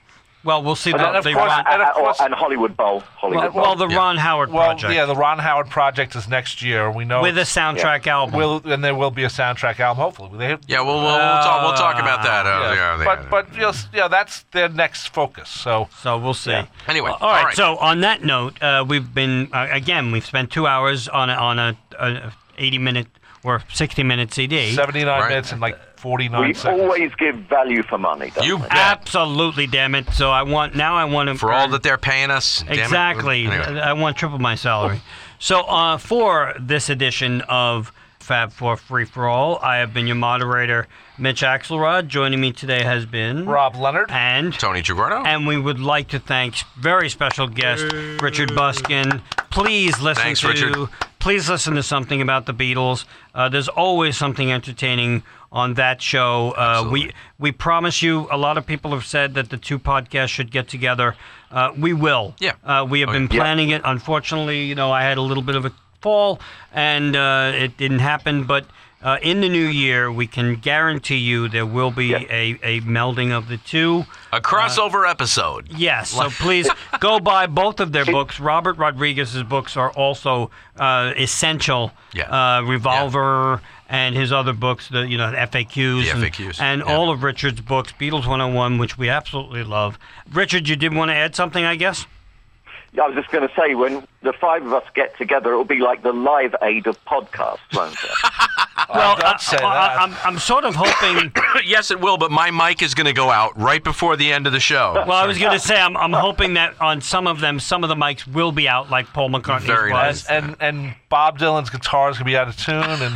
S4: well, we'll see.
S5: then,
S4: The,
S5: of
S4: the
S5: course,
S4: Ron,
S5: And of
S1: Uh, or-
S5: course-
S1: and Hollywood Bowl.
S4: well,
S1: Hollywood Bowl.
S4: well, the Ron Howard
S5: Well,
S4: project
S5: yeah, the Ron Howard project is next year. We know
S4: with a
S5: it's-
S4: soundtrack album.
S5: will, and there will be a soundtrack album. Hopefully, they,
S3: Yeah, well, we'll, we'll, talk, we'll talk about that.
S4: Ah,
S3: Uh, yeah, yeah,
S5: but but you know, s- yeah, that's their next focus. So
S4: so we'll see.
S3: Anyway,
S4: all right,
S3: all right.
S4: So on that note, uh, we've been uh, again. We've spent two hours on a, on a, a eighty minute or sixty minute CD.
S5: seventy nine
S3: Right.
S5: minutes and like forty
S1: we
S5: nine seconds.
S1: always give value for money. Don't
S3: You
S1: we?
S3: bet.
S4: Absolutely, damn it! So I want now. I want to
S3: for all that they're paying us. damn it.
S4: Exactly. Uh,
S3: Anyway.
S4: I I want triple my salary. So uh, for this edition of Fab Four Free for All, I have been your moderator, Mitch Axelrod. Joining me today has been
S5: Rob Leonard.
S4: and
S3: Tony Gigorno.
S4: and we would like to thank very special guest Richard Buskin. Please listen
S3: Thanks,
S4: to
S3: Richard.
S4: please listen to something about the Beatles. Uh, there's always something entertaining on that show. Uh, we we promise you. A lot of people have said that the two podcasts should get together. Uh, we will.
S3: Yeah.
S4: Uh, we have
S3: Oh,
S4: been
S3: yeah.
S4: planning it. Unfortunately, you know, I had a little bit of a fall and uh, it didn't happen, but. Uh, in the new year, we can guarantee you there will be a, a melding of the two.
S3: A
S4: uh,
S3: crossover episode.
S4: Yes, so please [laughs] go buy both of their books. Robert Rodriguez's books are also uh, essential.
S3: Yeah.
S4: Uh, Revolver and his other books, the you know the FAQs,
S3: The
S4: and,
S3: FAQs,
S4: and
S3: yeah.
S4: all of Richard's books, Beatles 101, which we absolutely love. Richard, you did want to add something, I guess.
S1: I was just going to say, when the five of us get together, it'll be like the live aid of podcasts, won't it?
S4: well,
S5: don't say that.
S4: I, am I'm sort of [coughs] hoping.
S3: [laughs] yes, it will, but my mic is going to go out right before the end of the show.
S4: Well, I was going to say I'm, I'm hoping that on some of them, some of the mics will be out, like Paul McCartney's
S3: Very
S4: was.
S3: nice.
S5: and and Bob Dylan's guitar is gonna be out of
S1: [laughs]
S5: tune, and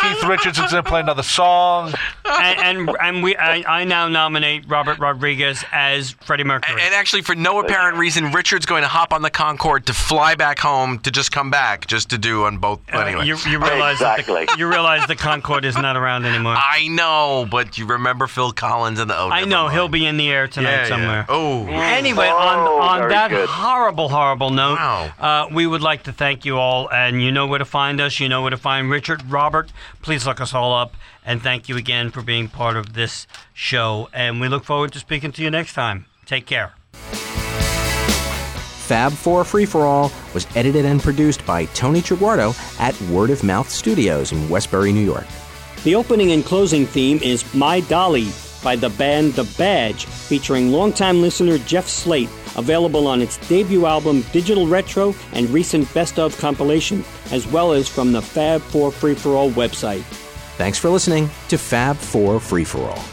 S5: Keith Richardson's gonna play another song.
S4: and, and and we I, I now nominate Robert Rodriguez as Freddie Mercury.
S3: And actually, for no apparent reason, Richard's going to hop on the Concorde to fly back home to just come back just to do on both.
S4: Uh,
S3: anyway,
S4: you, you realize
S1: Exactly.
S4: that the, you realize the Concorde is not around
S3: [laughs]
S4: anymore. I,
S3: I know, but you remember Phil Collins and the oh, never
S4: know
S3: mind.
S4: he'll be in the air tonight
S3: yeah, yeah.
S4: somewhere.
S3: Oh,
S4: Anyway,
S1: Oh,
S4: on, on
S1: very
S4: that
S1: good.
S4: horrible, horrible note,
S3: Wow.
S4: uh, we would like to thank you all, and you know where to find us. You know where to find Richard, Robert. Please look us all up, and thank you again for being part of this show. And we look forward to speaking to you next time. Take care.
S6: Fab 4 Free for All was edited and produced by Tony Triguardo at Word of Mouth Studios in Westbury, New York.
S8: The opening and closing theme is My Dolly by the band The Badge, featuring longtime listener Jeff Slate, available on its debut album Digital Retro and recent Best of compilation, as well as from the Fab 4 Free for All website.
S6: Thanks for listening to Fab 4 Free for All.